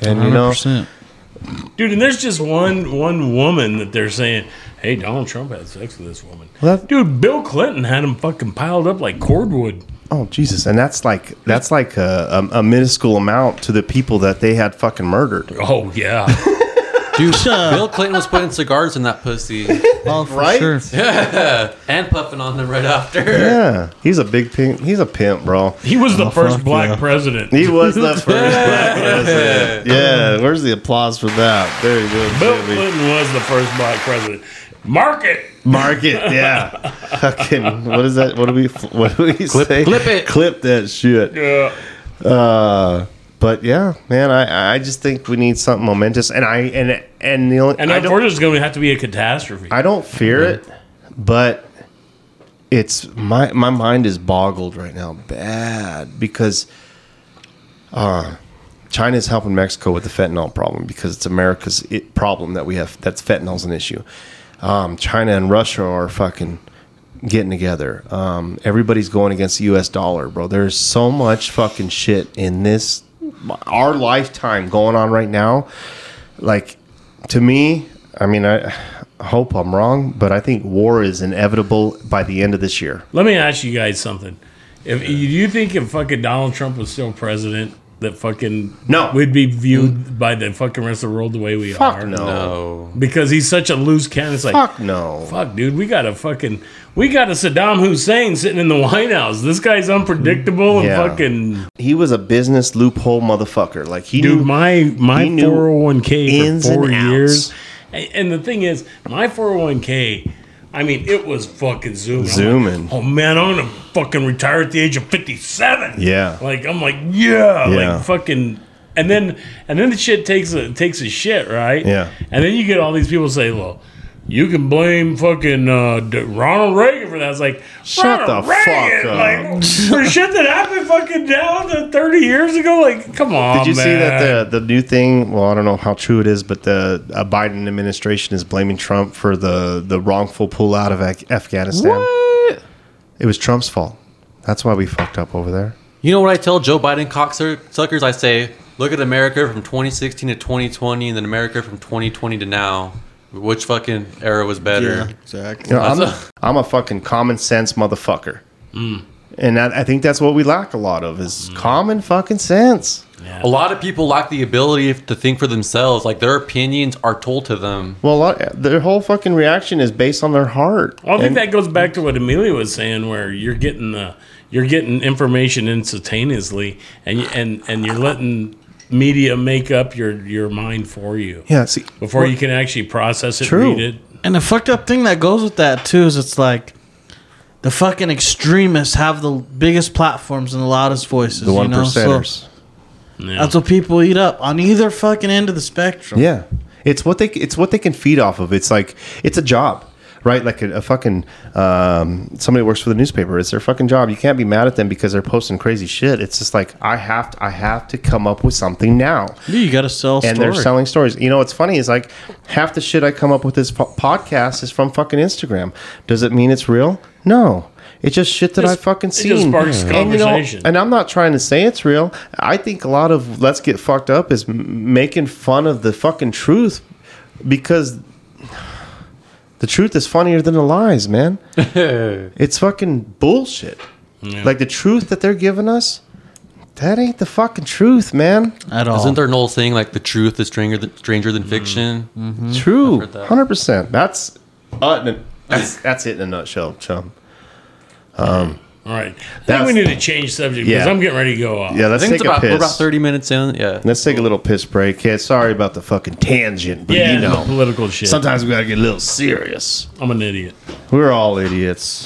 And you know,
100%.
Dude, and there's just one one woman that they're saying, "Hey, Donald Trump had sex with this woman."
Well, that-
Dude, Bill Clinton had him fucking piled up like cordwood.
oh Jesus, and that's like that's like a, a, a minuscule amount to the people that they had fucking murdered.
Oh yeah.
Dude, Bill Clinton was putting cigars in that pussy
Oh, for
Right?
sure.
and puffing on them right after.
Yeah, he's a big pimp. He's a pimp, bro.
He was the first
fuck
black
yeah.
president.
He was the first black president. Yeah, where's the applause for that? There you go,
Bill
baby.
Clinton was the first black president. Mark it.
Mark it, yeah. Fucking, what is that? What do we? What do we say?
clip it.
Clip that shit.
Yeah.
Uh, but yeah, man, I I just think we need something momentous, and I and and the only
And
I don't
unfortunately, it's going to have to be a catastrophe.
I don't fear it, but it's my my mind is boggled right now, bad because uh, China's helping Mexico with the fentanyl problem because it's America's it problem that we have. That's fentanyl's an issue. Um, China and Russia are fucking getting together. Um, everybody's going against the U.S. dollar, bro. There's so much fucking shit in this our lifetime going on right now. Like to me, I mean, I hope I'm wrong, but I think war is inevitable by the end of this year.
Let me ask you guys something. If do you think if fucking Donald Trump was still president, that fucking
No. Mm.
we'd be viewed by the fucking rest of the world the way we
Fuck
are.
no.
No.
because he's such a loose cannon. It's like
Fuck no.
Fuck, dude, we got a fucking, we got a Saddam Hussein sitting in the White House. This guy's unpredictable and
Yeah.
fucking,
He was a business loophole motherfucker. Like he
dude.
knew
My my
He knew
four hundred one k
ins
for
and
four
outs.
years, and, and the thing is, my four hundred one k. I mean, it was fucking zooming. I'm like,
Zooming.
oh man, I'm gonna fucking retire at the age of fifty seven.
Yeah.
Like I'm like yeah,
Yeah.
like fucking. And then and then the shit takes a takes a shit right.
Yeah.
And then you get all these people say, well. You can blame fucking uh, D- Ronald Reagan for that. It's like
Shut
Ronald
the fuck up.
like, for shit that happened fucking down to thirty years ago. Like, come on.
Did you see
man.
that the the new thing? Well, I don't know how true it is, but the uh, Biden administration is blaming Trump for the the wrongful pullout of Af- Afghanistan. It was Trump's fault. That's why we fucked up over there.
You know what I tell Joe Biden cocksuckers? I say, look at America from 2016 to 2020, and then America from 2020 to now. Which fucking era was better?
Yeah, exactly.
You know, I'm,
That's
a, I'm a fucking common sense motherfucker. And that, I think that's what we lack a lot of is common fucking sense.
A lot of people lack the ability to think for themselves. Like their opinions are told to them.
Well, a lot, their whole fucking reaction is based on their heart.
Well, I think
And-
that goes back to what Amelia was saying, where you're getting the you're getting information instantaneously, and you- and and you're letting media make up your your mind for you
yeah, see,
before you can actually process it,
True.
read it.
And the fucked up thing that goes with that too is it's like the fucking extremists have the biggest platforms and the loudest voices.
the one
you know? So
percenters.
that's what people eat up on either fucking end of the spectrum.
Yeah, it's what they it's what they can feed off of. It's like it's a job, right? Like a, a fucking um, somebody works for the newspaper. It's their fucking job. You can't be mad at them because they're posting crazy shit. It's just like I have to I have to come up with something now.
Dude, you gotta sell
And
story.
they're selling stories. You know, what's funny is like half the shit I come up with this po- podcast is from fucking Instagram. Does it mean it's real? No. It's just shit that
Just-
I've fucking
it just
seen.
sparks
and, you know,
conversation.
and I'm not trying to say it's real. I think a lot of let's get fucked up is m- making fun of the fucking truth because the truth is funnier than the lies, man. it's fucking bullshit. Like the truth that they're giving us, that ain't the fucking truth, man.
at all.
Isn't there an old saying like the truth is stranger than, stranger than fiction?
True,
heard that.
hundred percent. That's uh, n- that's that's it in a nutshell, chum.
All right, I think
That's-
we need to change subject because
Yeah.
I'm getting ready to go off.
Yeah,
I
let's
think
take
it's about
a
we're
piss.
about 30 minutes in. Yeah.
let's take a little piss break. Yeah, sorry about the fucking tangent, but
Yeah,
you
the
know,
political shit.
sometimes we gotta get a little serious.
I'm an idiot.
We're all idiots,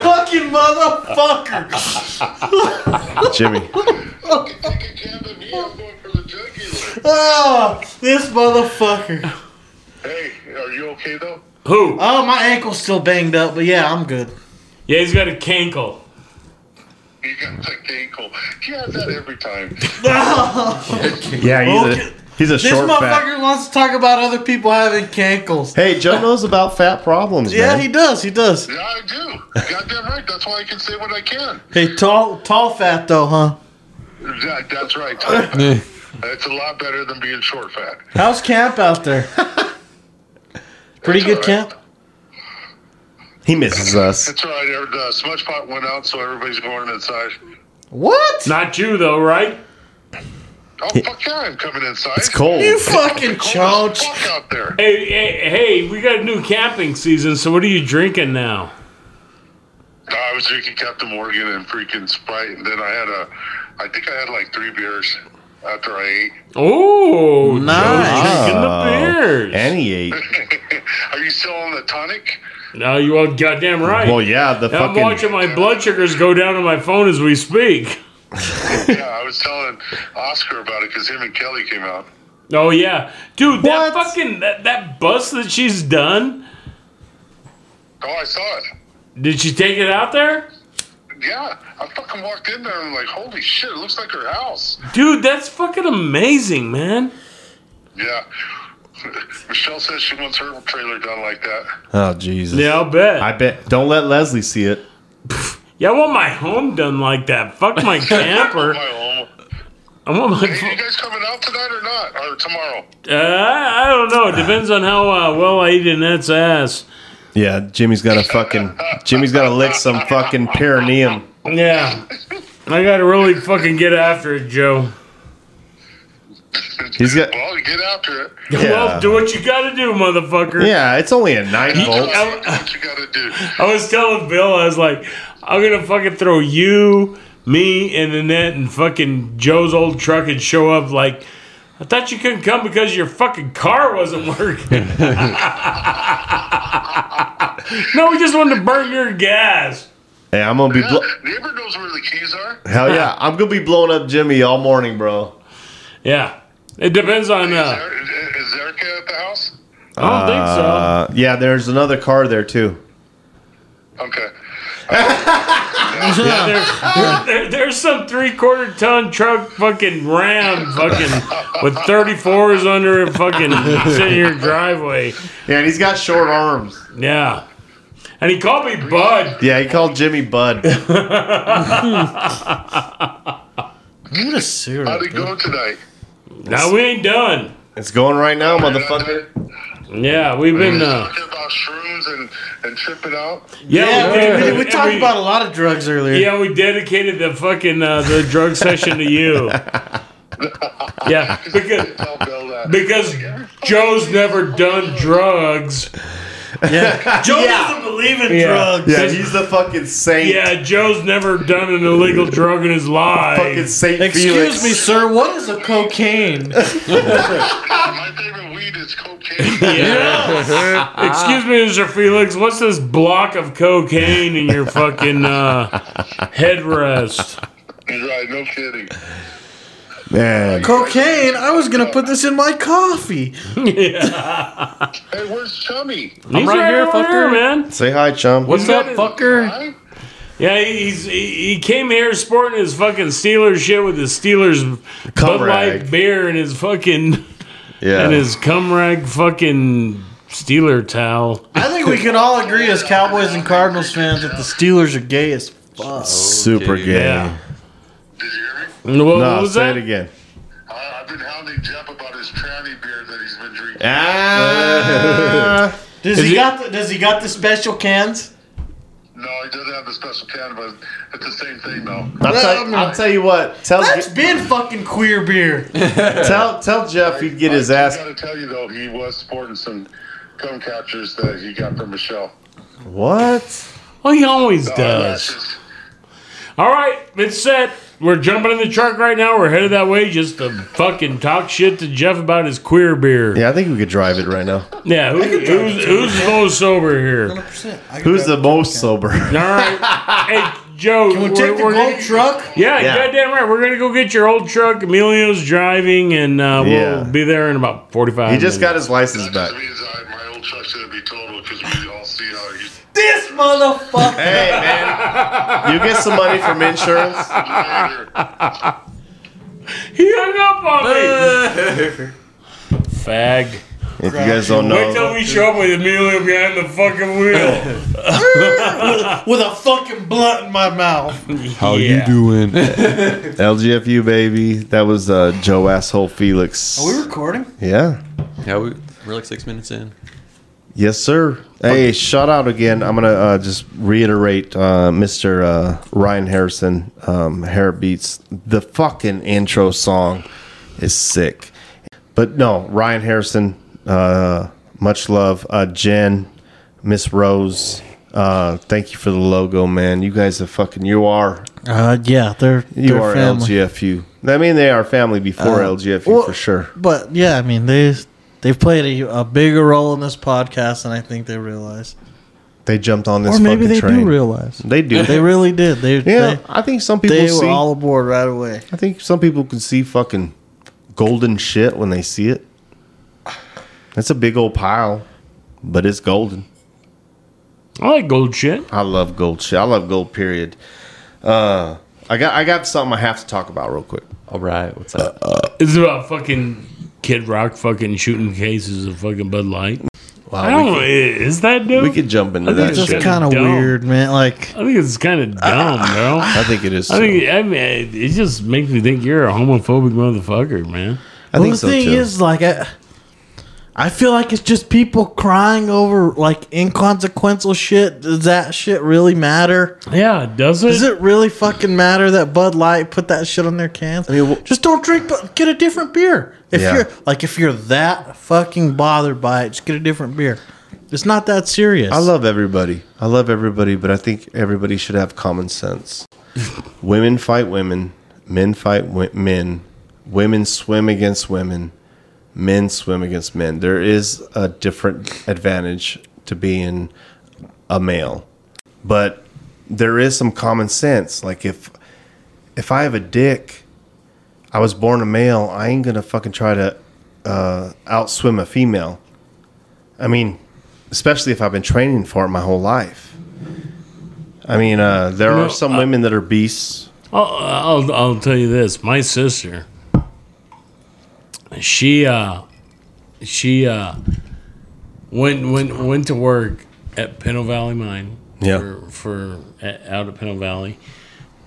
fucking motherfucker?
Jimmy.
Oh, this motherfucker.
Hey, are you okay though?
Who?
Oh, my ankle's still banged up, but yeah, I'm good.
Yeah, he's got a cankle.
You got the ankle. He has that every time.
Yeah, he's a, he's a
This
short fat.
motherfucker wants to talk about other people having cankles.
Hey, Joe knows about fat problems,
Yeah,
man.
he does. He does.
Yeah, I do. Goddamn right. That's why I can say what I can.
Hey, tall, tall, fat though, huh?
That, that's right. Tom. It's a lot better than being short fat.
How's camp out there? Pretty good camp.
he misses us.
It's all right. er, The smudge pot went out, so everybody's going inside.
What?
Not you though, right?
Oh, fuck yeah, I'm coming inside.
It's cold.
You fucking
Cold as
chonch.
fuck out there.
Hey, hey, hey, we got a new camping season. So what are you drinking now?
I was drinking Captain Morgan and freaking Sprite, and then I had a, I think I had like three beers after I ate.
Oh,
Nice.
drinking the
Oh,
beers.
And he ate.
Are you still on the tonic?
No, you are goddamn right.
Well, yeah, the
I'm watching
fucking.
my blood sugars go down on my phone as we speak.
yeah, I was telling Oscar about it because him and Kelly came out.
Oh yeah, dude, that
What?
fucking that, that bus that she's done.
Oh, I saw it.
Did she take it out there,
Yeah, I fucking walked in there and I'm like, holy shit, it looks like her house.
dude? That's fucking amazing, man.
Yeah. Michelle says she wants her trailer done like that.
Oh, Jesus.
Yeah, I'll bet.
I bet. Don't let Leslie see it.
yeah, I want my home done like that. Fuck my camper.
My home.
I want my.
Hey, you
fo-
guys coming out tonight or not? Or tomorrow?
Uh, I I don't know. It depends on how uh, well I eat Annette's ass.
Yeah, Jimmy's got to fucking. Jimmy's got to lick some fucking perineum.
Yeah, I gotta really fucking get after it, Joe.
He's got-
Well, get after it.
Well,
Yeah.
do what you gotta do, motherfucker.
Yeah, it's only a nine volt.
That's what you gotta do.
I was telling Bill, I was like, I'm gonna fucking throw you, me, and Annette and fucking Joe's old truck and show up like I thought you couldn't come because your fucking car wasn't working. no, we just wanted to burn your gas.
Hey, I'm gonna be.
Yeah,
Blo-
neighbor knows where the keys are.
Hell yeah, I'm gonna be blowing up Jimmy all morning, bro.
Yeah. It depends on uh
Is, Er- is Erica at the house?
I don't think so.
Uh, yeah, there's another car there too.
Okay.
Yeah, there- there- there's some three quarter ton truck fucking ram fucking with 34s under it fucking sitting in your driveway.
Yeah, and he's got short arms.
Yeah. And he called me Bud.
Yeah, he called Jimmy Bud.
What a serial.
How'd it go tonight?
Now we ain't done.
It's going right now, motherfucker.
Yeah, we've been. Uh,
Talking about shrooms and, and tripping out.
yeah,
Yeah, we, we, we
and
talked
we-
about a lot of drugs earlier.
Yeah, we dedicated the fucking uh, the drug session to you. Yeah, because
Tell Bill that.
because Joe's never done drugs.
Joe
Yeah.
doesn't believe in
Yeah.
drugs.
Yeah, he's the fucking saint.
Yeah, Joe's never done an illegal drug in his
fucking
life.
Saint
Excuse
Felix.
me, sir. What is a cocaine?
My favorite weed is cocaine.
Excuse me, Mr. Felix, what's this block of cocaine in your fucking uh, headrest?
You're right, no kidding.
Man,
cocaine? I was gonna put this in my coffee.
Hey, where's Chummy?
I'm
right here, fucker.
man.
say hi, chum.
What's up, fucker?
Hi.
Yeah, he's he, he came here sporting his fucking Steelers shit with his Steelers Bud
Cum
Light
rag.
beer and his fucking
yeah,
and his cum rag fucking Steeler towel.
I think we can all agree as Cowboys and Cardinals fans that the Steelers are gay as fuck.
super
Okay.
gay.
Yeah.
Did you hear me?
And What,
No,
what was
say
that?
it again.
I, Uh, I've been hounding Jeff about his tranny beer that he's been drinking.
Ah.
Does he
it-
got the, Does he got the special cans?
No, he doesn't have the special can, but it's the same thing, though.
I'll, tell, I'll tell you what. Tell
That's been fucking queer beer.
tell tell Jeff he'd get his
I
ass.
gotta tell you, though, he was sporting some cum catchers that he got from Michelle.
What?
Well, he always does.
Eyelashes.
All right, it's set. We're jumping in the truck right now. We're headed that way just to fucking talk shit to Jeff about his queer beer. Yeah,
Yeah, I think we could drive it right now.
who, who's, who's most sober here? All
Who's the most sober?
right. hey, Joe.
Can we
we're-
take the
we're gonna-
gold truck?
Yeah,
Yeah.
goddamn right. We're gonna go get your old truck. Emilio's driving, and uh,
Yeah.
we'll be there in about forty-five.
He just got
minutes.
his license
That
back.
just means I, my old truck's gonna be total because we all see how you.
This motherfucker.
Hey man, you get some money from insurance.
He hung up on me. Fag.
If you guys don't
Wait till
know,
we show up with Emilio behind the fucking wheel.
With a fucking blunt in my mouth.
How you doing?
LGFU baby, that was uh, Joe asshole Felix.
Are Oh, we recording?
Yeah,
yeah, we, we're like six minutes in.
yes sir. Hey, shout out again. I'm gonna uh, just reiterate, uh, Mr. Uh, Ryan Harrison, um, Hair Beats. The fucking intro song is sick. But no, Ryan Harrison, uh, much love. Uh, Jen, Miss Rose, uh, thank you for the logo, man. You guys are fucking, you are,
Uh, yeah, they're
you
they're
are
family.
LGFU. I mean, they are family before
Uh,
LGFU
well-
for sure.
But yeah, I mean they they've played a, a bigger role in this podcast than I think they realize,
They jumped on this
or maybe
fucking
they
train.
do realize.
They do.
They really did. They
yeah, I think some
they,
people
they
see.
were all aboard right away.
I think some people can see fucking golden shit when they see it. That's a big old pile, but it's golden.
I like gold shit.
I love gold shit. I love gold. Period. Uh, I got I got something I have to talk about real quick.
All right, what's up?
This is about fucking Kid Rock fucking shooting cases of fucking Bud Light.
Wow,
I don't know. Is that dope?
we could jump into
I think it's
that shit.
Just
shit's
kind of
dumb.
weird, man. Like
I think it's kind of dumb, bro.
I think it is.
I
too.
think I mean it it just makes me think you're a homophobic motherfucker, man.
I
well,
think
the
so
thing
too.
is, like, I, I feel like it's just people crying over like inconsequential shit. Does that shit really matter?
Yeah, does it?
Does it really fucking matter that Bud Light put that shit on their cans? I mean, just don't drink. But get a different beer. If
Yeah.
you're like, if you're that fucking bothered by it, just get a different beer. It's not that serious.
I love everybody. I love everybody, but I think everybody should have common sense. women fight women. Men fight wi- men. Women swim against women. Men swim against men. There is a different advantage to being a male, but there is some common sense. Like if if I have a dick, I was born a male. I ain't gonna fucking try to uh, outswim a female. I mean, especially if I've been training for it my whole life. I mean, uh, there
No,
are some women that are beasts.
I'll, I'll I'll tell you this. My sister, she uh, she uh, went went went to work at Pinto Valley Mine.
Yeah.
For, for a- out at Pinto Valley,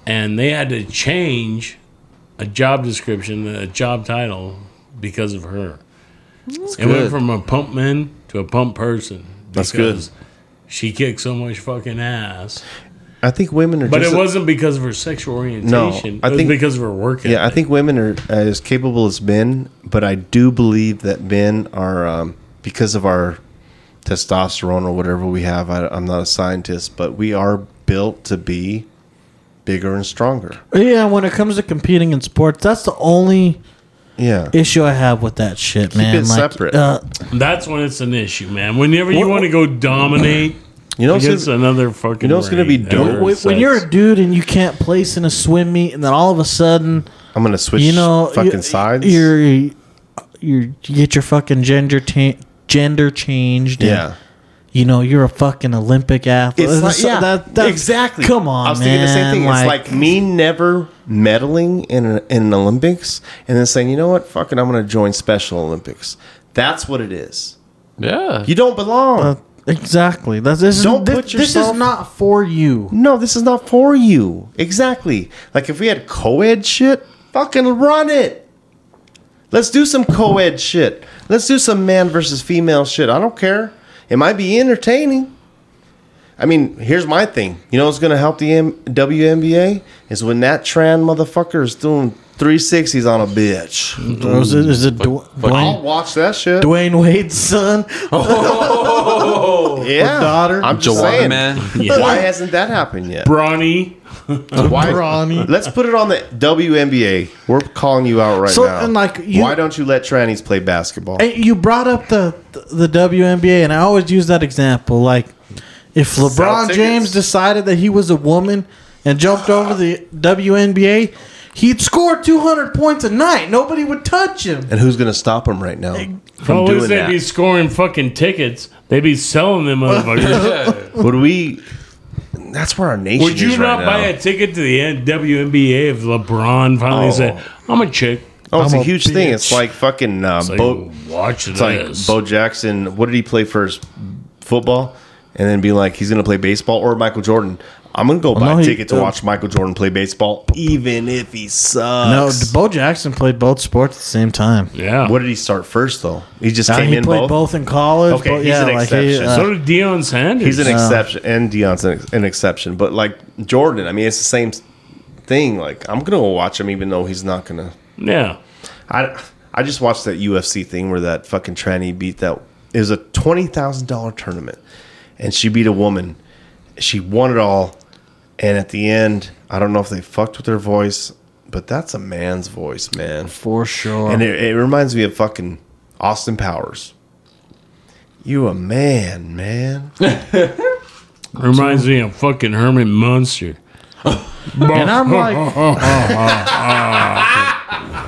and they had to change a job description, a job title because of her. it went
good.
from a pump man to a pump person.
That's good.
because She kicked so much fucking ass.
I think women are.
But
just
it wasn't because of her sexual orientation.
I
it was
think-
because of her work.
Yeah, I
ethic.
think women are as capable as men, but I do believe that men are um, because of our testosterone or whatever we have. I, I'm not a scientist, but we are built to be bigger and stronger.
yeah, when it comes to competing in sports, that's the only
Yeah,
issue I have with that shit, man.
it
like,
separate.
Uh,
that's when it's an issue, man. Whenever you
What-
want to go dominate
you know,
against
it's
another fucking,
you know what's gonna be
breed,
dope?
other
Wait,
When- when
sex.
you're a dude and you can't place in a swim meet, and then all of a sudden,
I'm gonna switch.
you know,
fucking
you-
sides.
You're, you you get your fucking gender ta- gender changed. and,
yeah.
you know you're a fucking Olympic athlete.
It's like,
So
yeah,
that- that's-
exactly.
Come on,
I was thinking the same thing.
man,
it's like me never medaling in, a, in an Olympics and then saying, you know what, fucking, I'm going to join Special Olympics. That's what it is.
Yeah.
You don't belong.
uh, exactly. That's this is
Don't
this,
put
this
yourself-
is not for you.
no, this is not for you. Exactly. Like if we had co ed shit, fucking run it. Let's do some co ed shit. Let's do some man versus female shit. I don't care. It might be entertaining. I mean, here's my thing. You know what's going to help the M- WNBA? Is when that Tran motherfucker is doing 360s on a bitch.
Is it, is it Dw-
I'll
Dwayne,
watch that shit.
Dwayne Wade's son?
yeah.
daughter.
I'm just
Juwan,
saying.
man.
Why hasn't that happened yet?
brawny,
Why?
Brawny.
Let's put it on the WNBA. We're calling you out right
So,
now.
and, like, you-
why don't you let trannies play basketball?
Hey, you brought up the the WNBA, and I always use that example. Like, if LeBron
Celtics.
James decided that he was a woman and jumped over the WNBA,
He'd score 200 points a night. Nobody would touch him.
And who's going to stop him right now from
Always
doing
they
that?
be scoring fucking tickets. They be selling them motherfuckers.
Would we? That's where our nation
Would you
is
not
right
buy
now.
a ticket to the WNBA if LeBron finally
Oh.
said, "I'm a chick"?
Oh, it's
I'm
a huge
bitch."
thing. It's like fucking uh,
like,
Bo.
watch this.
It's like Bo Jackson. What did he play first? Football, and then be like he's going to play baseball or Michael Jordan. I'm going to go buy
no,
a
he-
ticket to
uh,
watch Michael Jordan play baseball, even if he
No,
sucks.
Bo Jackson played both sports at the same time.
yeah.
What did he start first though? He just
Uh,
came
he
in
played both?
both.
in college.
Okay,
but
he's
yeah,
an
like he,
exception.
uh,
So did Deion Sanders.
He's an
Yeah.
exception, and Deion's an, an exception. But like Jordan, I mean, it's the same s- thing. Like I'm gonna go watch him, even though he's not gonna.
yeah.
I I just watched that UFC thing where that fucking tranny beat that. It was a twenty thousand dollar tournament, and she beat a woman. She won it all, and at the end, I don't know if they fucked with her voice, but that's a man's voice, man.
for sure.
And it, it reminds me of fucking Austin Powers. You a man, man.
Reminds me of fucking Herman Munster.
and I'm like,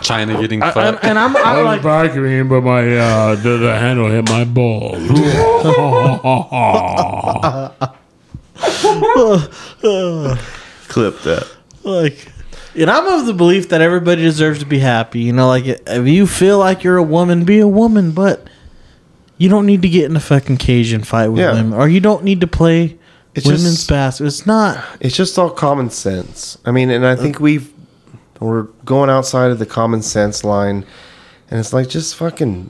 China getting
I'm,
fucked.
and I'm,
I
I'm
was
like,
vacuuming, but my uh, the, the handle hit my ball.
Clip that.
like, and I'm of the belief that everybody deserves to be happy. You know, like if you feel like you're a woman, be a woman, but you don't need to get in a fucking cage and fight with
Yeah.
women, or you don't need to play
It's
women's
just-
basketball. It's not.
It's just all common sense. I mean, and I think we've we're going outside of the common sense line, and it's like just fucking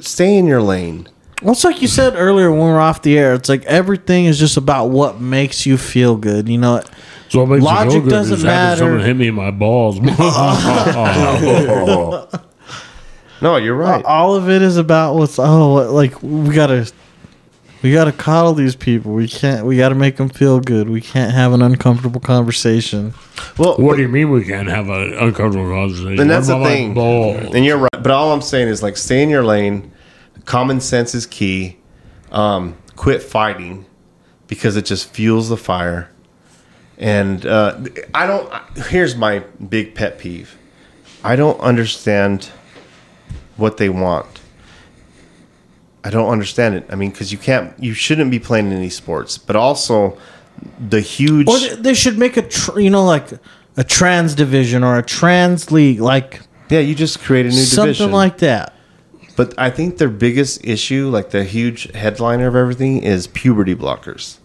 stay in your lane.
Well, it's like you said earlier when we were off the air. It's like everything is just about what makes you feel good. You know,
So what makes
Logic
me feel good
doesn't
is having
matter.
Someone hit me in my balls.
No, you're right.
all of it is about what's oh what- like we gotta we gotta coddle these people. We can't. We gotta make them feel good. We can't have an uncomfortable conversation.
Well,
what do you mean we can't have an uncomfortable conversation?
and that's
What
the
about my
thing.
balls?
And you're right. But all I'm saying is like stay in your lane. Common sense is key. Um, quit fighting because it just fuels the fire. And uh, I don't. Here's my big pet peeve. I don't understand what they want. I don't understand it. I mean, because you can't, you shouldn't be playing any sports, but also the huge.
Or they, they should make a tr- you know like a trans division or a trans league like
yeah, you just create a new
something
division.
like that.
But I think their biggest issue, like the huge headliner of everything, is puberty blockers.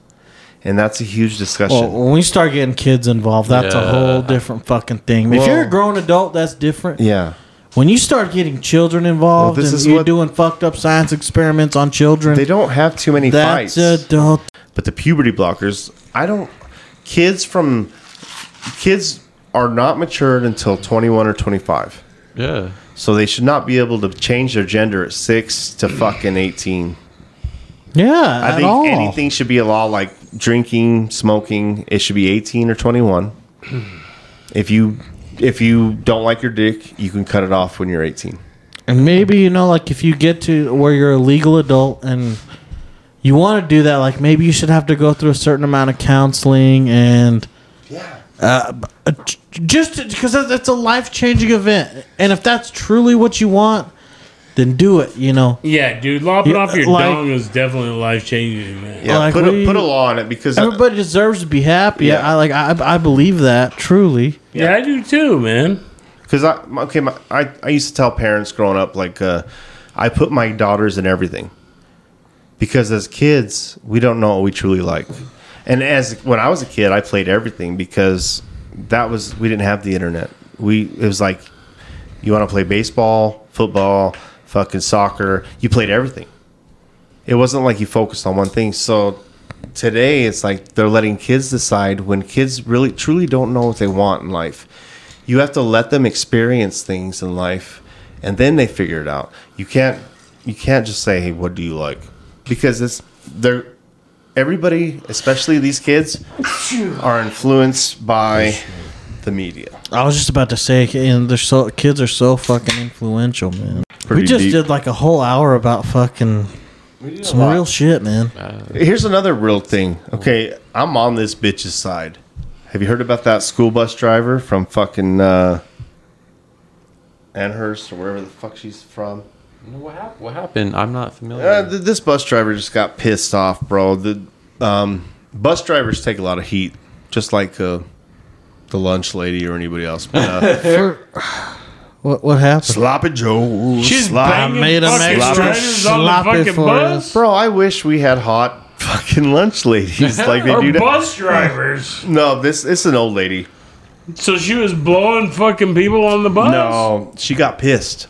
And that's a huge
Well,
discussion.
when we start getting kids involved, that's a
Yeah.
whole different fucking thing. if
Well-
you're a grown adult, that's different.
yeah.
When you start getting children involved
Well, this
and
is
you're
what-
doing fucked up science experiments on children,
They don't have too many
that's
fights.
adult.
but the puberty blockers, I don't. Kids from. Kids are not matured until 21 or 25.
yeah.
So they should not be able to change their gender at 6 to fucking 18.
Yeah,
I
at
think
all.
anything should be a law like drinking, smoking. It should be 18 or 21. if you if you don't like your dick, you can cut it off when you're 18.
And maybe you know, like if you get to where you're a legal adult and you want to do that, like maybe you should have to go through a certain amount of counseling and yeah, uh, b- uh, j- just because it's a life changing event. And if that's truly what you want, then do it. You know,
Yeah, dude, lopping
Yeah,
off your
like-
dong is definitely life changing, man.
Yeah,
Like,
put
we-
a, put a law on it because
Oh, everybody deserves to be happy.
Yeah.
I like I, I believe that truly.
Yeah, I do too, man.
because I my- okay, my, I I used to tell parents growing up like uh, I put my daughters in everything because as kids we don't know what we truly like, and as when I was a kid I played everything because that was we didn't have the internet. We it was like you want to play baseball, football, fucking soccer. You played everything. It wasn't like you focused on one thing. So today it's like they're letting kids decide when kids really truly don't know what they want in life. You have to let them experience things in life and then they figure it out. You can't you can't just say, "Hey, what do you like?" Because it's they're everybody, especially these kids are influenced by the media.
I was just about to say, and they're so kids are so fucking influential, man.
Pretty
we just
deep.
did like a whole hour about fucking some real shit, man.
Here's another real thing. Okay, I'm on this bitch's side. Have you heard about that school bus driver from fucking uh, Amherst or wherever the fuck she's from?
What happened? What happened? I'm not familiar.
Uh, th- this bus driver just got pissed off, bro. The um, bus drivers take a lot of heat, just like uh, the lunch lady or anybody else. But, uh,
What what happened?
Sloppy Joe.
She's
Slop-
banging Made a fucking extra strangers on the sloppy fucking for bus?
Bro, I wish we had hot fucking lunch ladies like they
Or
do. to-
bus drivers.
No, this it's an old lady.
So she was blowing fucking people on the bus.
No, she got pissed.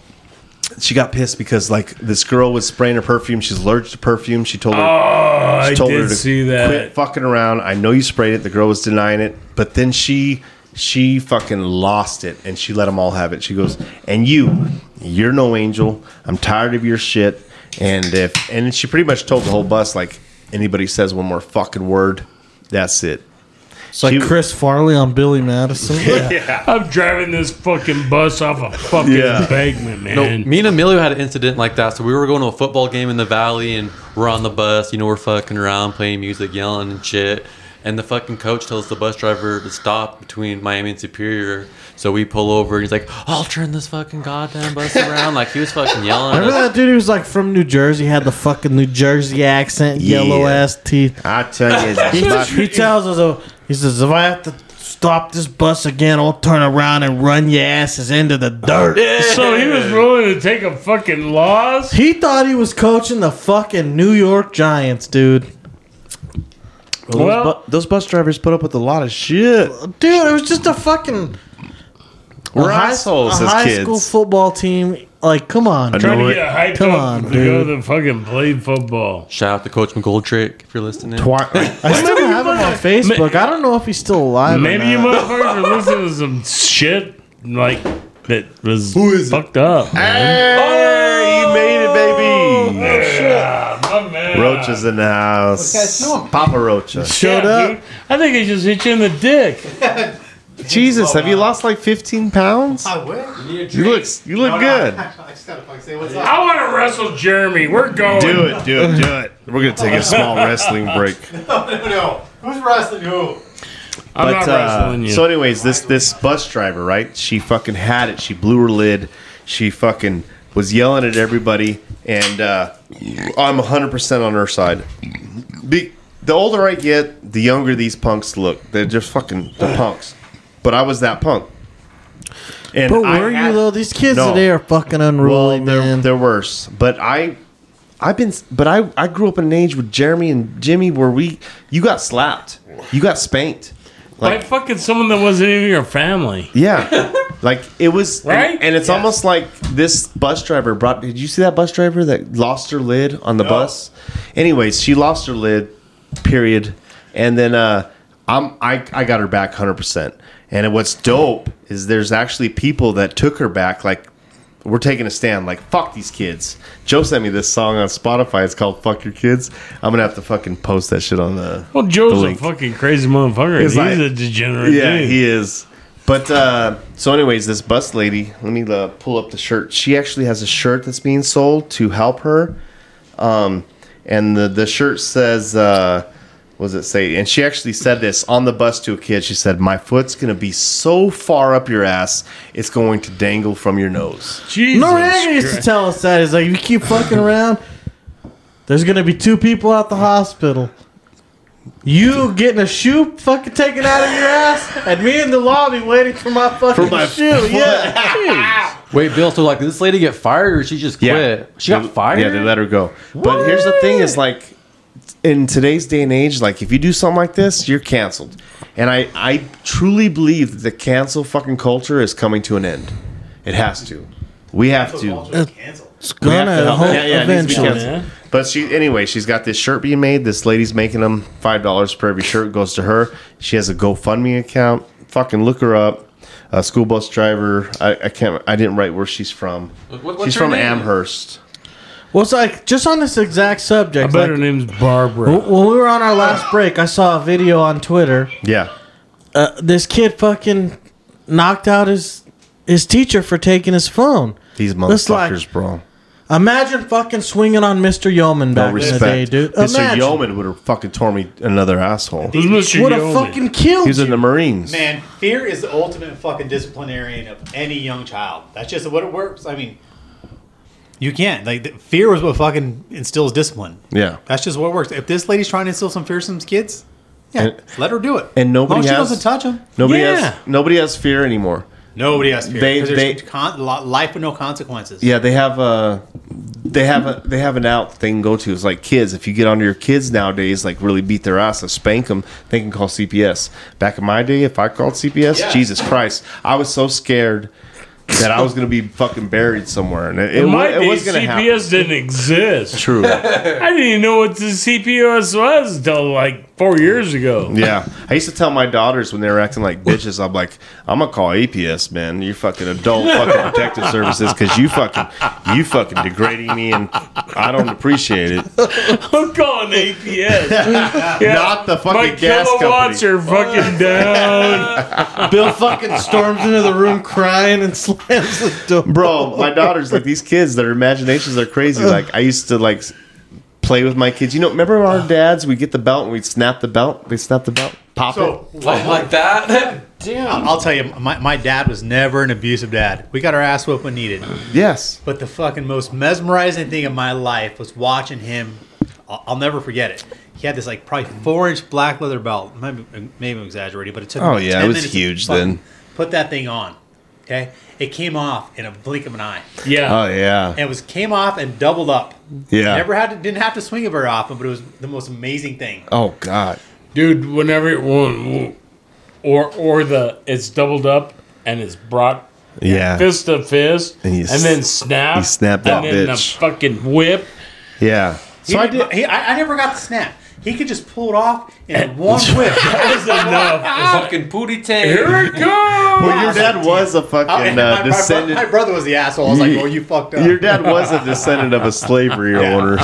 She got pissed because like this girl was spraying her perfume. She's allergic to perfume. She told her,
Oh, I did see that.
quit fucking around. I know you sprayed it. The girl was denying it, but then she she fucking lost it and she let them all have it. She goes, and you, you're no angel. I'm tired of your shit. And if and she pretty much told the whole bus like anybody says one more fucking word, that's it.
It's like
She-
Chris Farley on Billy Madison.
I'm driving this fucking bus off a fucking
Yeah.
embankment, man.
No, me and Emilio had an incident like that. So we were going to a football game in the valley, and we're on the bus. You know, we're fucking around, playing music, yelling and shit. And the fucking coach tells the bus driver to stop between Miami and Superior. So we pull over, and he's like, "I'll turn this fucking goddamn bus around." Like he was fucking yelling. at
Remember
us.
that dude who was like from New Jersey, had the fucking New Jersey accent, yellow
Yeah.
ass teeth.
I tell you, it's-
he, he tells us, oh, he says, if I have to stop this bus again, I'll turn around and run your asses into the dirt.
So he was willing to take a fucking loss.
He thought he was coaching the fucking New York Giants, dude.
Well, those, bu- those bus drivers put up with a lot of shit.
Dude, it was just a fucking
We're
a high-
assholes
a
as
high
kids.
school football team. Like, come on,
Trying to get hyped
come
up
on,
to
dude.
go to fucking play football.
Shout out to Coach McGoldrick if you're listening.
I still have him on Facebook. I don't know if he's still alive.
Maybe
or
you
not.
motherfuckers are listening to some shit like that was fucked up.
Ah. Hey, you made it, baby.
Yeah, my Oh, man.
Roaches in the house.
guys, no, I'm-
Papa Rocha.
showed
Yeah,
up.
dude. I think it just hit you in the dick.
Jesus, have you lost like 15 pounds?
I will.
You look, you look good.
I just gotta fucking say what's up.
I want to wrestle Jeremy. We're going.
Do it, do it, do it. We're gonna take a small wrestling break.
No, no. Who's wrestling who?
I'm
But,
not
uh,
wrestling you.
So, anyways, this this bus driver, right? She fucking had it. She blew her lid. She fucking was yelling at everybody, and uh, I'm 100 percent on her side. The the older I get, the younger these punks look. They're just fucking the punks. But I was that punk. And
But
I
were you
had-
though? These kids
No.
today are fucking unruly,
Well, they're
man.
they're worse. But I, I've been, but I I grew up in an age with Jeremy and Jimmy where we you got slapped, you got spanked,
By
like
fucking someone that wasn't even your family.
yeah, like it was and-
Right?
And, it's almost like this bus driver brought. Did you see that bus driver that lost her lid on the bus? Anyways, she lost her lid, period. And then uh, I'm I I got her back hundred percent. And what's dope is there's actually people that took her back like we're taking a stand. Like, fuck these kids. Joe sent me this song on Spotify. It's called "Fuck Your Kids." I'm gonna have to fucking post that shit on the.
Well,
the
Joe's a
link.
fucking crazy motherfucker.
He's
He's,
like-
a degenerate
Yeah,
dude.
he is. But uh, so, anyways, this bus lady. Let me uh, pull up the shirt. She actually has a shirt that's being sold to help her, um, and the the shirt says, uh, "What does it say?" And she actually said this on the bus to a kid. She said, "My foot's gonna be so far up your ass, it's going to dangle from your nose."
Jesus
Noriega used to
Christ.
tell us that. He's like, if you keep fucking around, there's gonna be two people at the hospital. You getting a shoe fucking taken out of your ass, and me in the lobby waiting for my fucking
my
shoe. Yeah,
Wait, Bill. So like, did this lady get fired or she just quit? She
They-
got fired.
Yeah, they let her go. But here's the thing: is like in today's day and age, like if you do something like this, you're canceled. And I, I truly believe that the cancel fucking culture is coming to an end. It has to. We have to.
it's
We have to
gonna
help-
hope
yeah, yeah, it needs to be
eventually.
canceled. But she, anyway, she's got this shirt being made. This lady's making them five dollars per every shirt goes to her. She has a GoFundMe account. Fucking look her up. A school bus driver. I, I can't. I didn't write where she's from.
what's
she's
her
from
name?
Amherst.
Well, it's like just on this exact
I
subject.
bet
Like,
her
w-
name's Barbara.
when we were on our last break, I saw a video on Twitter.
Yeah.
uh, this kid fucking knocked out his his teacher for taking his phone.
These
That's like-
motherfuckers, bro.
Imagine fucking swinging on Mr. Yeoman
No
back in the
respect.
day, dude.
Mr.
Imagine.
Yeoman would have fucking tore me another asshole.
He Mr. would've Yeoman. fucking killed
He was in the Marines.
Man, fear is the ultimate fucking disciplinarian of any young child. That's just what it works. I mean, you can't. Like, th- fear is what fucking instills discipline.
Yeah.
That's just what works. If this lady's trying to instill some fear in some kids, yeah,
And-
let her do it.
And nobody
As long as
has
she doesn't touch them.
Nobody has nobody has fear anymore.
Nobody has fear.
They
'cause there's
they
con- li- life with no consequences.
yeah they have a they have a they have an out they can go to. It's like kids. If you get onto your kids nowadays, like really beat their ass and spank them, they can call CPS. Back in my day, if I called CPS, Jesus Christ, I was so scared. That I was going to be fucking buried somewhere, and it, it,
In
wa-
my
it
day,
was going to happen.
CPS didn't exist.
True.
I didn't even know what the CPS was till like four years ago.
Yeah, I used to tell my daughters when they were acting like bitches, I'm like, I'm gonna call APS, man. You're fucking adult fucking protective services because you fucking you fucking degrading me, and I don't appreciate it.
I'm calling APS.
Not the fucking
My
gas
kilowatts are fucking down.
Bill fucking storms into the room crying and slams the door.
Bro, my daughters like these kids. Their imaginations are crazy. Like I used to like play with my kids. You know, remember our dads? We would get the belt and we'd snap the belt. They would snap the belt, pop
So-
it.
Like- like
that?
Damn. I'll I'll tell you, my, my dad was never an abusive dad. We got our ass whooped when needed.
Yes.
But the fucking most mesmerizing thing in my life was watching him. I'll, I'll never forget it. He had this like probably four inch black leather belt. Maybe, maybe I'm exaggerating, but it took. him
Oh
about
yeah,
10
it was
minutes to
huge
fucking
then.
Put that thing on. Okay, it came off in a blink of an eye.
Yeah.
Oh yeah.
And it was came off and doubled up.
Yeah.
Never had to didn't have to swing it very often, but it was the most amazing thing.
Oh God,
dude! Whenever it won, or or the it's doubled up and it's brought
Yeah.
fist to fist,
And
and,
you s-
then snap,
you snap that
and then
bitch.
the fucking whip.
Yeah.
He so I did. He, I, I never got the snap. He could just pull it off in one whip. that
was enough.
Fucking booty tank.
Here it goes.
Well, your dad was a
I-
fucking
my- my
uh,
bro-
descendant.
Oh, My brother was the asshole. I was like, "Well, you fucked up."
Your dad was a descendant of a slavery owner.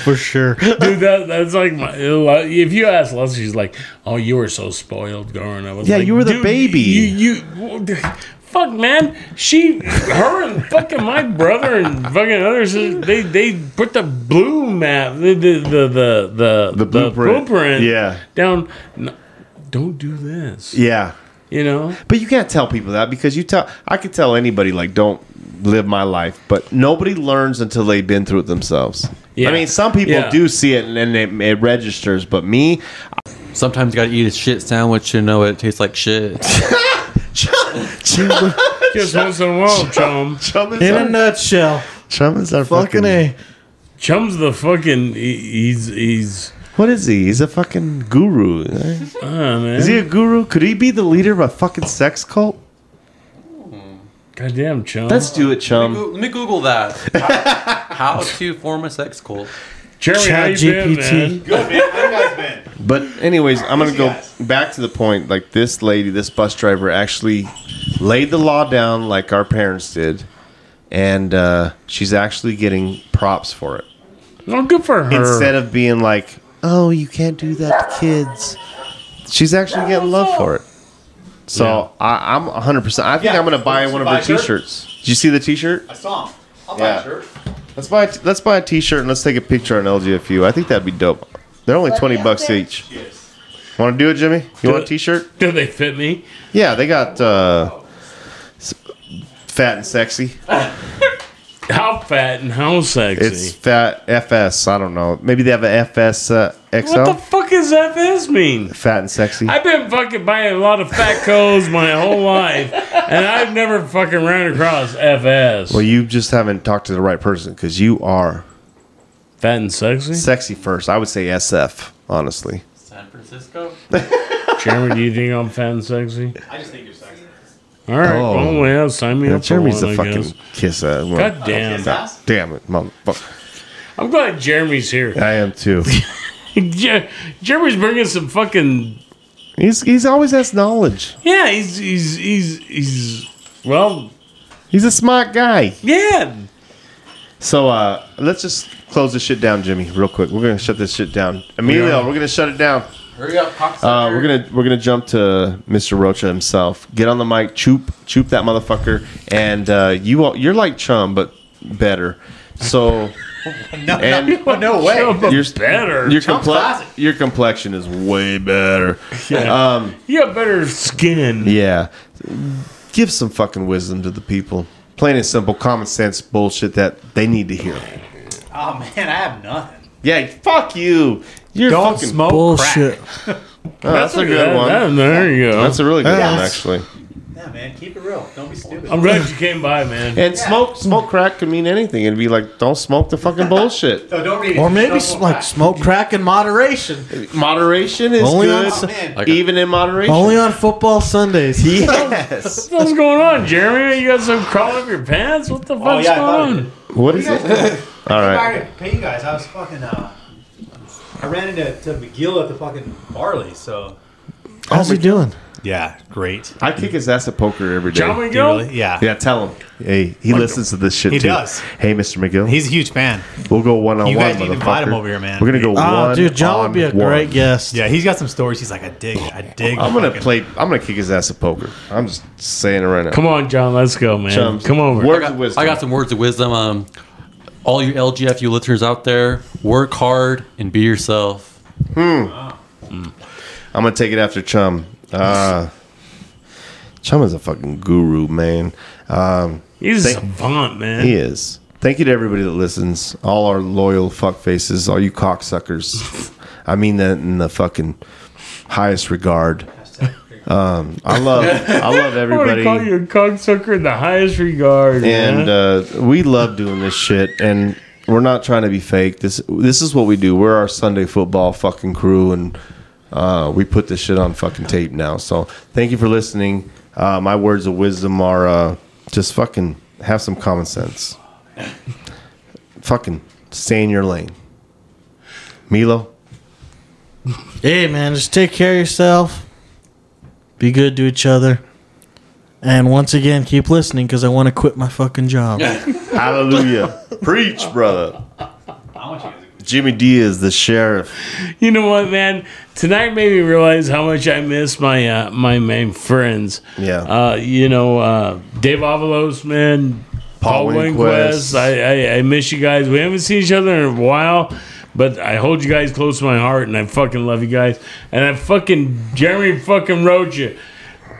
For sure.
Dude, that, that's like my. If you ask Leslie, she's like, "Oh, you were so spoiled growing up." I was
Yeah,
like,
you were the
"Dude,
baby."
You, you, fuck, man. She, her, and fucking my brother and fucking others. They they put the blue map, the the the the the, the
blueprint. Yeah.
down. No, don't do this.
Yeah.
You know?
But you can't tell people that because you tell I could tell anybody like don't live my life, but nobody learns until they've been through it themselves.
Yeah.
I mean, some people
Yeah.
do see it and then it, it registers, but me
Sometimes you gotta eat a shit sandwich and know it tastes like shit.
Just once in a while, chum.
Chum
In a nutshell.
Chum is our
fucking, A.
Chum's the fucking. he- he's he's.
What is he? He's a fucking guru. eh?
I don't know,
Is he
man.
a guru? Could he be the leader of a fucking sex cult?
Goddamn, chum.
Let's do it,
Let me,
chum.
Goo- let me Google that. How, how to form a sex cult?
Jeremy, how you been,
ChatGPT. man? But anyways, I'm gonna go back to the point. Like this lady, this bus driver actually laid the law down like our parents did, and uh, she's actually getting props for it
Well, good for her.
instead of being like, "Oh, you can't do that to kids." She's actually getting love for it. So I, I'm 100. percent I think I'm gonna buy one of
Buy
her
a shirt?
T-shirts. Did you see the T-shirt?
I saw him. I'll buy
Yeah.
a shirt.
Let's buy a t- let's buy a T-shirt and let's take a picture on LGFU. I think that'd be dope. They're only twenty bucks each. Want to do it, Jimmy? You want a T-shirt?
Do they fit me?
Yeah, they got uh, s- fat and sexy.
How fat and how sexy?
It's fat FS. I don't know. Maybe they have a FS uh, XL.
What the fuck does FS mean?
fat and sexy.
I've been fucking buying a lot of fat codes my whole life, and I've never fucking ran across FS.
well, you just haven't talked to the right person because you are
fat and sexy.
Sexy first. I would say SF. Honestly,
San Francisco?
Jeremy, do you think I'm fat and sexy?
I just think you're sexy.
All right.
Oh.
Well, yeah, sign me
Yeah,
up.
Jeremy's
for
a
one, I
fucking
guess.
kiss ass.
God damn.
God damn it, motherfucker.
I'm glad Jeremy's here.
I am too.
Je- Jeremy's bringing some fucking
He's he's always has knowledge.
yeah. He's he's he's he's well.
He's a smart guy.
Yeah.
So uh, let's just close this shit down, Jimmy, real quick. We're gonna shut this shit down. Emilio,
Yeah.
we're gonna shut it down.
Hurry up, pop.
Uh, we're gonna we're gonna jump to Mr. Rocha himself. Get on the mic, choop choop that motherfucker, and uh, you all, you're like Chum but better. So
No, no, no way.
You're Your,
Chum's
comple-
classic.
your complexion is way better.
Yeah.
Um,
you have better skin.
Yeah. Give some fucking wisdom to the people. Plain and simple, common sense bullshit that they need to hear.
Oh man, I have nothing.
Yeah, fuck you. You're
Don't
fucking
smoke
Bullshit.
Oh, that's, a good, one.
that- there you go.
That's a really good one,
That's-
actually.
Yeah, man, keep it real. Don't be stupid.
I'm glad you came by, man.
And smoke, smoke crack could mean anything. It'd be like, don't smoke the fucking bullshit.
No, don't read it.
Or
Just
maybe
don't
s-
go
like
back.
smoke crack in moderation.
Moderation is
Only on
good,
s- Oh,
even in moderation.
Only on football Sundays.
Yes.
What's going on, Jeremy? You got some crawling up your pants? What the fuck's
Oh, yeah, I thought
going
it
on?
What is
What are you guys
it? All right.
I pay you guys. I was fucking. Uh, I ran into to McGill at the fucking Barley. So
How's he doing?
yeah, great.
I kick his ass at poker every day.
John McGill? Do you really? Yeah.
Yeah, tell him. Hey, he listens to this shit
He
too.
does.
Hey, Mr. McGill.
He's a huge fan.
we'll go one on one.
You guys need to invite him over here, man.
We're gonna go one.
Oh,
dude, John would be a
on one.
great guest.
Yeah, he's got some stories. He's like, I dig, I dig.
I'm gonna
fucking-
play. I'm gonna kick his ass at poker. I'm just saying it right now.
Come on, John. Let's go, man.
Chums.
Come over.
Words of wisdom.
I got some words of wisdom. Um, all you LGFU listeners out there, work hard and be yourself.
I'm gonna take it after Chum. Uh, Chum is a fucking guru, man. Um,
He's a
thank-
savant, man.
He is. Thank you to everybody that listens. All our loyal fuck faces, all you cocksuckers. I mean that in the fucking highest regard. Um, I love, I love
I want to
everybody,
call you a cocksucker in the highest regard.
and
man.
uh, we love doing this shit. And we're not trying to be fake. This, this is what we do. We're our Sunday football fucking crew, and uh, we put this shit on fucking tape now. So thank you for listening. Uh, my words of wisdom are uh, just fucking have some common sense fucking stay in your lane. Milo,
Hey, man, just take care of yourself. Be good to each other. And once again, keep listening because I want to quit my fucking job.
hallelujah. Preach, brother.
I want you guys
Jimmy D is the sheriff.
you know what, man? Tonight made me realize how much I miss my uh, my main friends.
Yeah.
Uh, you know, uh, Dave Avalos, man, Paul,
Paul
Winquist.
Winquist.
I, I, I miss you guys. We haven't seen each other in a while, but I hold you guys close to my heart, and I fucking love you guys. And I fucking Jeremy fucking Rocha.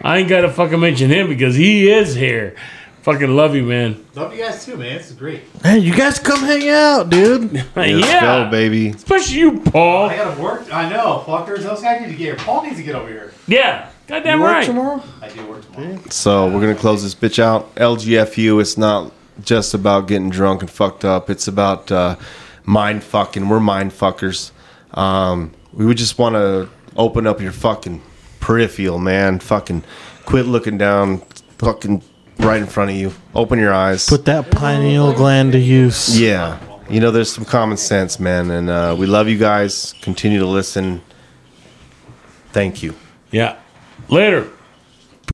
I ain't gotta fucking mention him because he is here. Fucking love you, man.
to- Love you guys too, man. This is great.
Hey, you guys come hang out, dude.
Let's
yeah,
go, baby.
especially you,
I
Paul.
gotta work. I know, fuckers. Those guys need to get here. Paul needs to get over here.
Yeah, goddamn
You work
right.
tomorrow?
I do work tomorrow.
So we're gonna close this bitch out. LGFU. It's not just about getting drunk and fucked up. It's about uh, mind fucking. We're mind fuckers. Um, we would just want to open up your fucking peripheral, man. Fucking quit looking down. Fucking right in front of you. Open your eyes.
Put that pineal gland to use.
Yeah. You know, there's some common sense, man. And uh, we love you guys. Continue to listen. Thank you.
Yeah. Later.